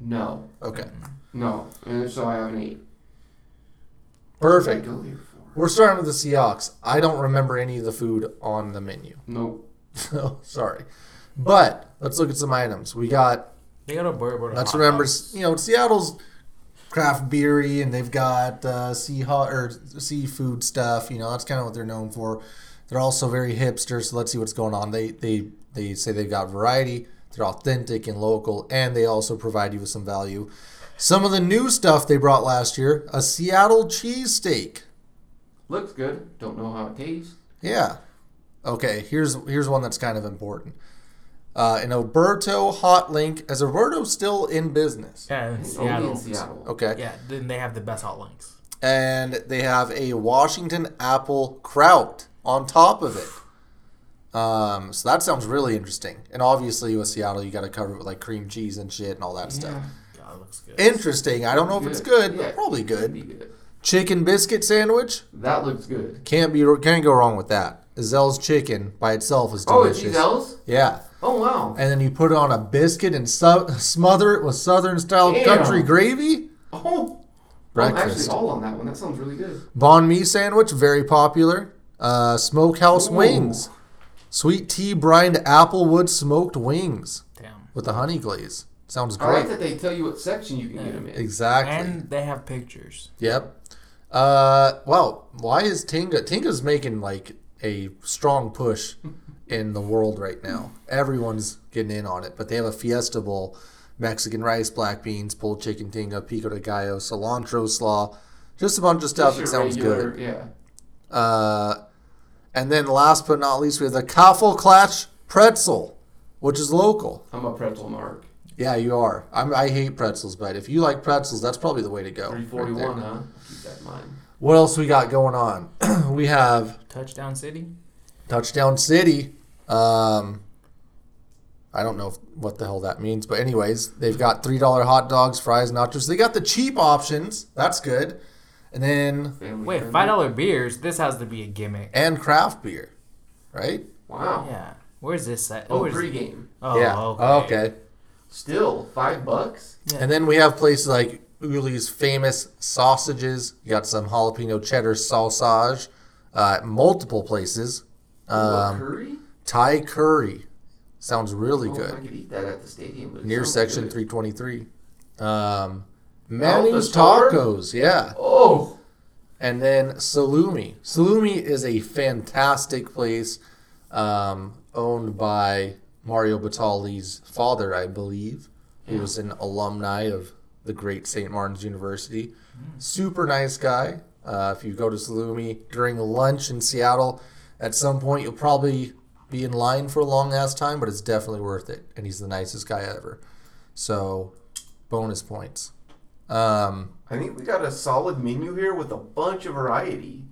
B: No.
A: Okay.
C: Mm-hmm.
B: No. And so I have an eight.
A: Perfect.
B: Go here for.
A: We're starting with the Seahawks. I don't remember any of the food on the menu.
B: Nope.
A: So sorry. But let's look at some items. We got
C: They got a bird. bird
A: let's
C: hot
A: remember
C: dogs.
A: you know, Seattle's craft beery and they've got uh seahawk or seafood stuff, you know, that's kinda what they're known for. They're also very hipster, so let's see what's going on. They they they say they've got variety, they're authentic and local, and they also provide you with some value. Some of the new stuff they brought last year, a Seattle cheesesteak.
B: Looks good. Don't know how it tastes.
A: Yeah. Okay. Here's here's one that's kind of important. Uh, an Alberto Hot Link. Is Alberto still in business?
C: Yeah, in
B: Only
C: Seattle.
B: in Seattle.
A: Okay.
C: Yeah, then they have the best hot links.
A: And they have a Washington apple kraut on top of it. Um, so that sounds really interesting. And obviously with Seattle, you got to cover it with like cream cheese and shit and all that stuff.
C: God, it looks good.
A: Interesting. I don't know if it's good,
B: Yeah,
A: but probably
B: should be
A: good.
B: good.
A: Chicken biscuit sandwich.
B: That looks good.
A: Can't be can't go wrong with that. Zell's chicken by itself is
B: Oh, it's
A: delicious.
B: Giselle's?
A: Yeah.
B: Oh, wow.
A: and then you put it on a biscuit and su- smother it with southern style
B: Damn.
A: country gravy.
B: Oh. I'm
A: Breakfast.
B: actually all on that one. That sounds really good.
A: Banh mi sandwich, very popular. Uh, smokehouse
B: Ooh.
A: wings, sweet tea brined applewood smoked wings
C: Damn.
A: with the honey glaze. Sounds
B: I like
A: great.
B: that they tell you what section you can get them in.
A: Exactly.
C: And they have pictures.
A: yep. Uh, wow. Why is Tinga? Tinga's making like a strong push in the world right now. Everyone's getting in on it, but they have a Fiesta Bowl, Mexican rice, black beans, pulled chicken tinga, pico de gallo, cilantro slaw, just a bunch of stuff
B: Just
A: that
B: your
A: sounds
B: regular-
A: good.
B: Yeah.
A: Uh, and then last but not least, we have the Kaffel Klatsch pretzel, which is local.
B: I'm a pretzel mark.
A: Yeah, you are. I'm, I hate pretzels, but if you like pretzels, that's probably the way to go. right there.
B: 341, huh? Keep that in mind.
A: What else we got going on? we have
C: Touchdown City.
A: Touchdown City. Um, I don't know if, what the hell that means, but anyways, they've got three dollar hot dogs, fries, nachos. They got the cheap options. That's good. And then
B: Family
C: Wait,
B: friendly.
C: five dollar beers. This has to be a gimmick.
A: and craft beer, right?
B: Wow.
C: Yeah. Where's this at?
B: Oh,
C: Where's-
B: pregame.
C: Oh,
A: yeah.
C: okay.
A: Okay.
B: Still five bucks.
A: And then we have places like Uli's famous sausages. You got some jalapeno cheddar sausage, uh, multiple places.
B: What,
A: Um,
B: curry?
A: Thai curry sounds really
B: Oh, I
A: good.
B: could eat that at the stadium. But it
A: Near
B: sounds
A: section
B: good.
A: 323. Um, Manny's
B: Salvatore?
A: Tacos, yeah.
B: Oh,
A: And then Salumi. Salumi is a fantastic place um, owned by Mario Batali's father, I believe, who was an alumni of the great St. Martin's University. Super nice guy. Uh, if you go to Salumi during lunch in Seattle, at some point you'll probably be in line for a long ass time, but it's definitely worth it. And he's the nicest guy ever. So, bonus points. Um,
B: I think we got a solid menu here with a bunch of variety.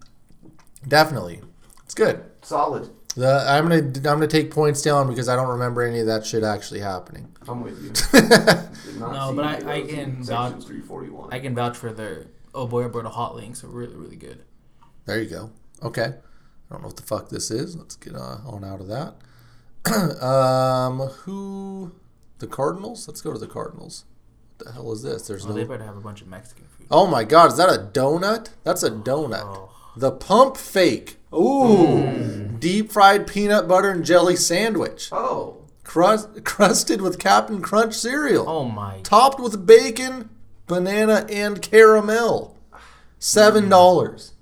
A: definitely. It's good.
B: Solid.
A: The, I'm gonna I'm gonna take points down because I don't remember any of that shit actually happening.
B: I'm with you. Did not
C: No,
B: see
C: but I-
B: any of
C: I
B: those
C: can
B: in
C: dodge-
B: Section 341.
C: I can vouch for their oh boy, Roberto hot links are really really good.
A: there you go. Okay, I don't know what the fuck this is. Let's get uh, on out of that. um, who? The Cardinals. Let's go to the Cardinals. What the hell is this? There's
C: Oh, they
A: no.
C: better have a bunch of Mexican food.
A: Oh my god, is that a donut? That's a donut.
C: Oh. Mm.
A: The pump fake. Ooh, deep fried peanut butter and jelly sandwich,
B: Oh,
A: crust crusted with Captain Crunch cereal.
C: Oh my.
A: topped with bacon, banana, and caramel.
B: Mm-hmm.
A: Seven dollars.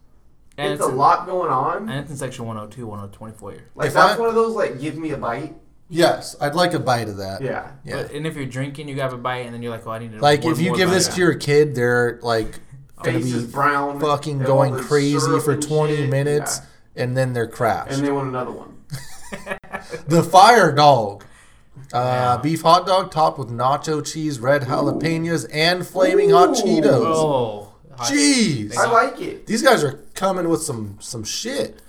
C: And
B: it's
C: it's,
B: a
C: in-
B: lot going on.
C: and it's in section 102, 124.
B: Like
A: If
B: that's
A: I-
B: one of those like give me a bite.
A: Yes, I'd like a bite of that.
B: Yeah.
A: Yeah.
C: But, and if you're drinking, you grab a bite, and then you're like, oh, I need to.
A: Like
C: one
A: if you
C: more
A: give
C: bite.
A: this to your kid, they're like gonna
B: Face is
A: be
B: Oh, brown.
A: fucking
B: and all
A: going
B: the
A: crazy
B: syrup
A: for
B: and
A: 20
B: shit.
A: minutes,
B: Yeah.
A: and then they're crashed.
B: And they want another one.
A: the fire dog. Uh,
C: Yeah.
A: Beef hot dog topped with nacho cheese, red jalapenos, and flaming hot
B: Ooh.
A: Cheetos.
C: Oh. hot-
A: Jeez.
B: I like it.
A: These guys are coming with some some shit.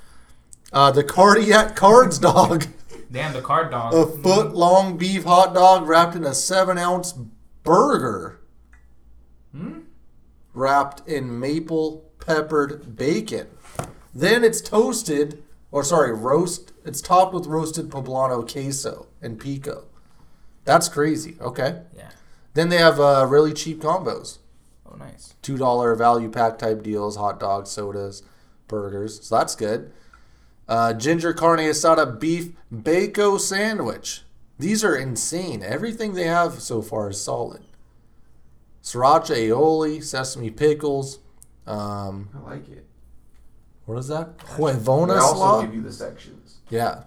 A: Uh, the cardiac cards dog,
C: Damn the card dog.
A: a foot long beef hot dog wrapped in a seven ounce burger, wrapped in maple peppered bacon. Then it's toasted, or sorry, roast. It's topped with roasted poblano queso and pico. That's crazy. Okay.
C: Yeah.
A: Then they have uh, really cheap combos.
C: Oh, nice.
A: two dollar value pack type deals, hot dogs, sodas, burgers. So that's good. Uh, ginger carne asada beef bacon sandwich. These are insane. Everything they have so far is solid. Sriracha aioli, sesame pickles. Um,
B: I like it.
A: what is that?
B: They
A: Huevona slaw?
B: also give you the sections.
A: Yeah.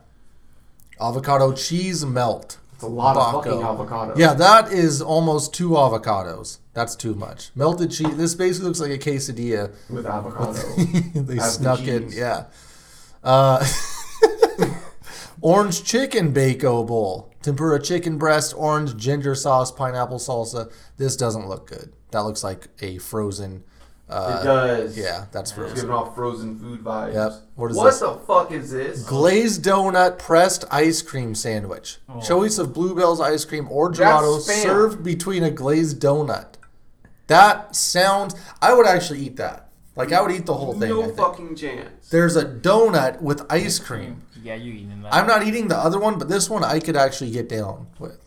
A: Avocado cheese melt.
B: It's a lot of
A: Baco.
B: fucking avocado.
A: Yeah, that is almost two avocados. That's too much. Melted cheese. This basically looks like a quesadilla.
B: With avocado.
A: Uh, they
B: As the
A: snuck in,
B: cheese.
A: yeah. Uh, orange chicken bako bowl, tempura chicken breast, orange ginger sauce, pineapple salsa. This doesn't look good. That looks like a frozen.
B: it
A: Uh,
B: does.
A: yeah, that's
B: It's
A: frozen.
B: giving off frozen food vibes.
A: Yep. What is
B: what
A: this?
B: the fuck is this?
A: Glazed donut pressed ice cream sandwich. Choice of bluebells ice cream or gelato
B: Oh. That's spam.
A: served between a glazed donut. That sounds. I would actually eat that. Like I would eat the whole thing. I
B: no
A: think.
B: fucking chance.
A: There's a donut with ice cream.
C: Yeah, you eating that?
A: I'm not eating the other one, but this one I could actually get down with.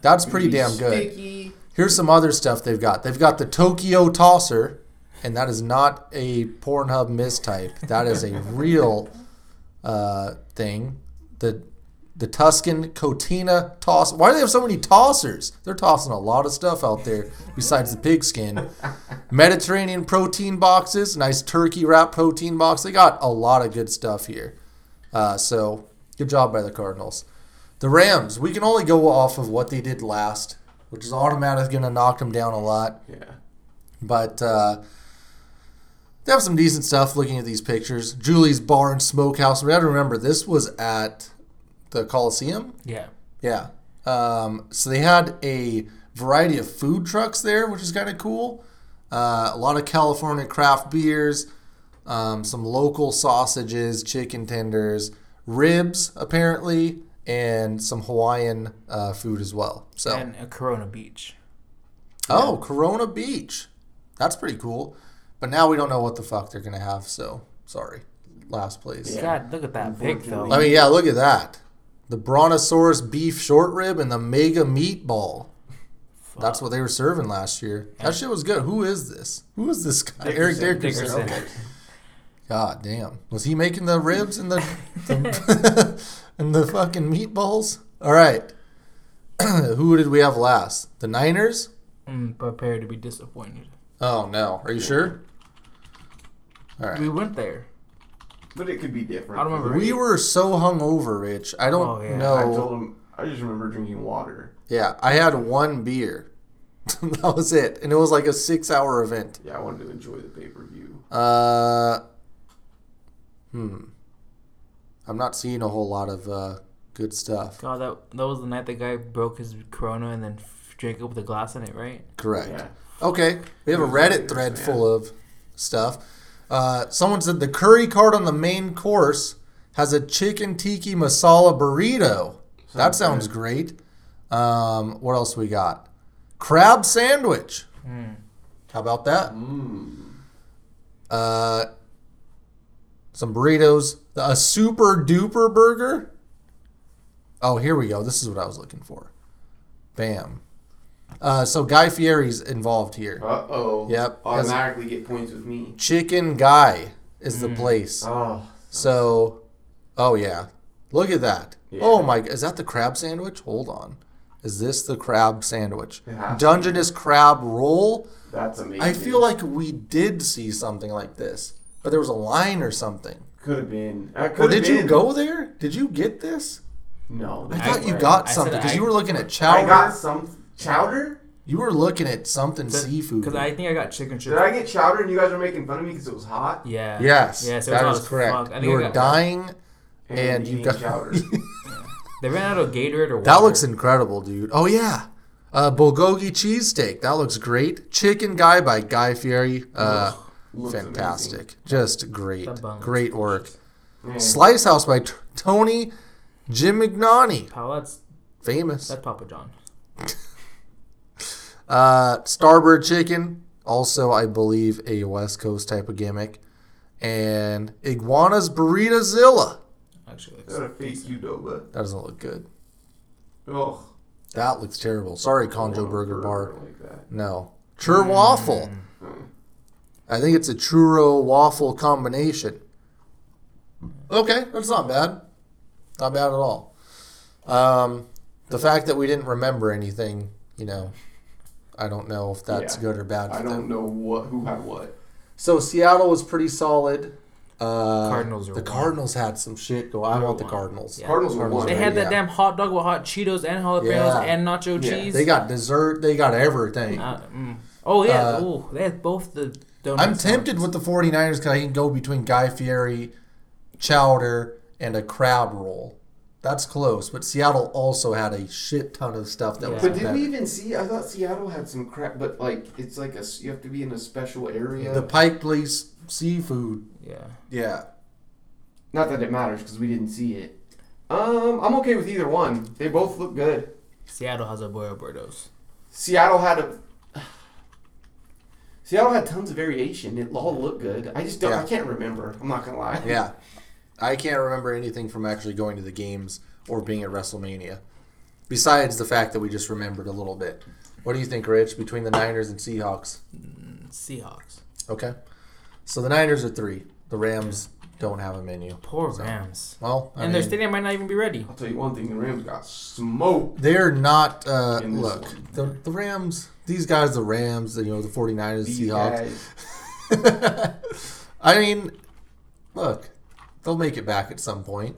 A: That's pretty
B: It'd be
A: damn good.
B: Sticky.
A: Here's some other stuff they've got. They've got the Tokyo Tosser, and that is not a Pornhub mistype. That is a real uh, thing. The the Tuscan Cotina toss. Why do they have so many tossers? They're tossing a lot of stuff out there besides the pigskin. Mediterranean protein boxes, nice turkey wrap protein box. They got a lot of good stuff here. Uh, so good job by the Cardinals. The Rams, we can only go off of what they did last, which is automatically going to knock them down a lot.
B: Yeah.
A: But uh, they have some decent stuff looking at these pictures. Julie's Bar and Smokehouse. We got to remember, this was at the Coliseum.
C: Yeah.
A: Yeah. Um, so they had a variety of food trucks there, which is kind of cool. Uh, a lot of California craft beers, um, some local sausages, chicken tenders, ribs, apparently, and some Hawaiian uh, food as well. So,
C: And a Corona Beach.
A: oh, Corona Beach. That's pretty cool. But now we don't know what the fuck they're going to have. So, sorry. Last place.
C: God, look at that pic though.
A: I mean, yeah, look at that. The Brontosaurus beef short rib and the mega meatball. That's what they were serving last year. That shit was good. Who is this? Who is this guy? Eric
B: Dickerson.
A: Dickerson.
C: Dickerson.
A: Okay. God damn. Was he making the ribs and the, the and the fucking meatballs? All right. Who did we have last? The Niners?
C: I'm Mm, prepared to be disappointed.
A: Oh no. Are you sure? All
C: We
A: right.
C: went there.
B: But it could be different.
C: I don't remember.
A: We were so hungover, Rich. I don't
C: Oh, yeah.
A: know.
B: I told him. I just remember drinking water.
A: yeah, I had one beer. that was it, and it was like a six-hour event.
B: Yeah, I wanted to enjoy the pay per view.
A: Uh, hmm. I'm not seeing a whole lot of uh, good stuff.
C: God, that that was the night the guy broke his Corona and then f- drank it with a glass in it, right?
A: Correct.
B: Yeah.
A: Okay, we have a
B: It was really
A: Reddit thread
B: interesting,
A: full of stuff. Uh, someone said the curry card on the main course has a chicken tiki masala burrito. that sounds great. Um, what else we got? Crab sandwich. How about that? Uh, some burritos. A super duper burger. Oh, here we go. This is what I was looking for. Bam. Uh, so Guy Fieri's involved here.
B: Uh oh.
A: Yep.
B: Automatically get points with me.
A: Chicken Guy is the
B: Hmm.
A: place.
B: Oh.
A: So, oh yeah, look at that.
B: Yeah.
A: Oh my, is that the crab sandwich? Hold on, is this the crab sandwich?
B: It has to
A: Dungeness crab roll.
B: That's amazing.
A: I feel like we did see something like this, but there was a line or something.
B: could have been. I
A: Well,
B: could
A: did you go there? Did you get this?
B: No.
A: I
B: I,
A: thought you
C: I-
A: got
C: I said
A: something because
C: I-
A: you were looking at chowder.
B: got some chowder.
A: you were looking at something seafood.
C: Because I think I got chicken
B: Did
C: strips.
B: I get chowder and you guys were making fun of me because it was hot?
C: yeah.
A: yes,
C: Yeah. So it
A: that
C: was
A: is
C: hot as
A: correct.
C: fuck. I think
A: You
C: I
A: were
C: got-
A: dying, and you
B: eating
A: got
B: chowder.
C: They ran out of Gatorade or water.
A: That looks incredible, dude. Oh yeah, uh, bulgogi cheesesteak. That looks great. Chicken guy by Guy Fieri. Uh,
B: Looks
A: fantastic. Just great.
C: That bun looks
A: Great work.
B: amazing. Man,
A: Slice House by T- Tony Jim McNaughty.
C: Pal, that's
A: Famous.
C: that's Papa John.
A: Uh, Starboard Chicken. Also, I believe a West Coast type of gimmick. And Iguanas Burrito Zilla.
C: Actually, looks
B: I
A: Uh,
B: gotta face you, Doba.
A: That doesn't look good.
B: Oh.
A: That looks terrible. Sorry, Conjo Burger Bar.
B: Like that.
A: No. Chur waffle.
B: Mm.
A: I think it's a churro waffle combination. Okay, that's not bad. Not bad at all. Um, the fact that we didn't remember anything, you know, I don't know if that's
B: Yeah.
A: good or bad
B: I
A: for them.
B: don't know what who had what.
A: So Seattle was pretty solid. Uh,
C: Cardinals are
A: the
C: one.
A: Cardinals had some shit. Go, I want the
C: one.
A: Cardinals.
C: Yeah.
B: Cardinals were
A: Cardinals
B: one.
C: They
A: Yeah,
C: had
A: yeah.
C: that damn hot dog with hot Cheetos and jalapenos
A: Yeah.
C: and nacho
B: Yeah.
C: cheese.
A: They got dessert. They got everything.
C: Uh, mm. Oh yeah.
A: Uh,
C: oh, they had both the. Donuts
A: I'm tempted with the 49ers because I can go between Guy Fieri, Chowder, and a crab roll. That's close, but Seattle also had a shit ton of stuff that was
C: Yeah.
B: But did
A: better.
B: we even see? I thought Seattle had some crap, but like it's like a s- you have to be in a special area.
C: uh,
A: the Pike Place seafood.
C: Yeah.
A: Yeah.
B: Not that it matters because we didn't see it. Um, I'm okay with either one. They both look good.
C: Seattle has a boy Roberto's.
B: Seattle had a. Seattle had tons of variation. It all looked good. I just don't.
A: Yeah.
B: I can't remember. I'm not gonna lie.
A: Yeah. I can't remember anything from actually going to the games or being at WrestleMania, besides the fact that we just remembered a little bit. What do you think, Rich, between the Niners and Seahawks?
C: Seahawks.
A: Okay. So the Niners are three. The Rams don't have a menu.
C: Poor Rams.
A: Well, I
C: and their
A: mean-
C: stadium might not even be ready.
B: I'll tell you one thing. The Rams got smoked.
A: They're not. Uh,
B: In this
A: look,
B: one.
A: the, the Rams. These guys, the Rams, you know, the 49ers,
B: These
A: Seahawks.
B: guys.
A: I mean, look, they'll make it back at some point.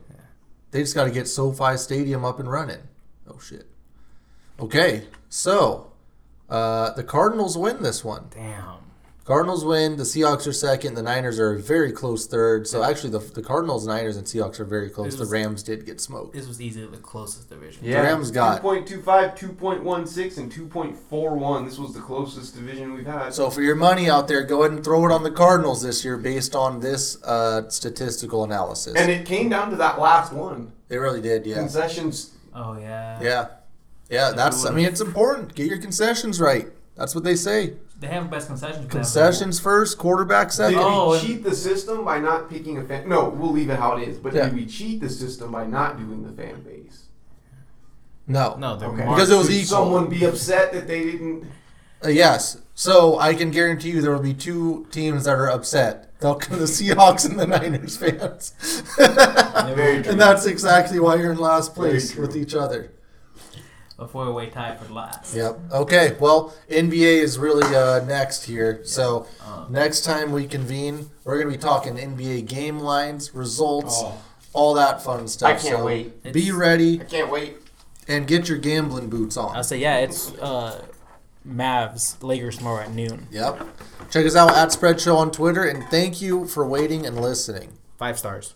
A: They just got to get SoFi Stadium up and running. Oh shit. Okay, so uh, the Cardinals win this one.
C: Damn.
A: Cardinals win. The Seahawks are second. The Niners are a very close third. So actually, the, the Cardinals, Niners, and Seahawks are very close.
C: It
A: The
C: was-
A: Rams did get smoked.
C: This was easily the closest division.
A: The Rams got-
B: 2.25, 2.16, and 2.41. This was the closest division we've had.
A: So for your money out there, go ahead and throw it on the Cardinals this year based on this uh, statistical analysis.
B: and it came down to that last one.
A: they really did, yeah.
B: Concessions.
C: Oh yeah.
A: Yeah. Yeah, that's I mean it's important. Get your concessions right. That's what they say.
C: They have best concessions. but they have the-
A: Concessions first, quarterback
B: Did
A: second.
C: Oh,
B: we
C: and-
B: cheat the system by not picking a fan? No, we'll leave it how it is. But
A: Yeah.
B: did we cheat the system by not doing the fan base?
A: No.
C: No, they're
B: Okay.
C: marked.
A: Because it was
B: Should
A: equal.
B: Someone be upset that they didn't.
A: Uh, yes. So I can guarantee you there will be two teams that are upset. They'll come the Seahawks and the Niners fans.
B: Very true.
A: and that's exactly why you're in last
B: Very
A: place
B: true.
A: with each other.
C: A four-way tie for last.
A: Yep. Okay. Well, NBA is really uh, next here. So
B: Uh-huh.
C: Um,
A: next time we convene, we're gonna be talking NBA game lines, results,
B: Oh,
A: all that fun stuff.
B: I can't
A: So
B: wait.
A: Be ready
B: I can't wait.
A: and get your gambling boots
C: I'll
A: on.
C: say yeah. It's uh, Mavs Lakers tomorrow at noon.
A: Yep. Check us out at Spread Show on Twitter, and thank you for waiting and listening.
E: Five stars.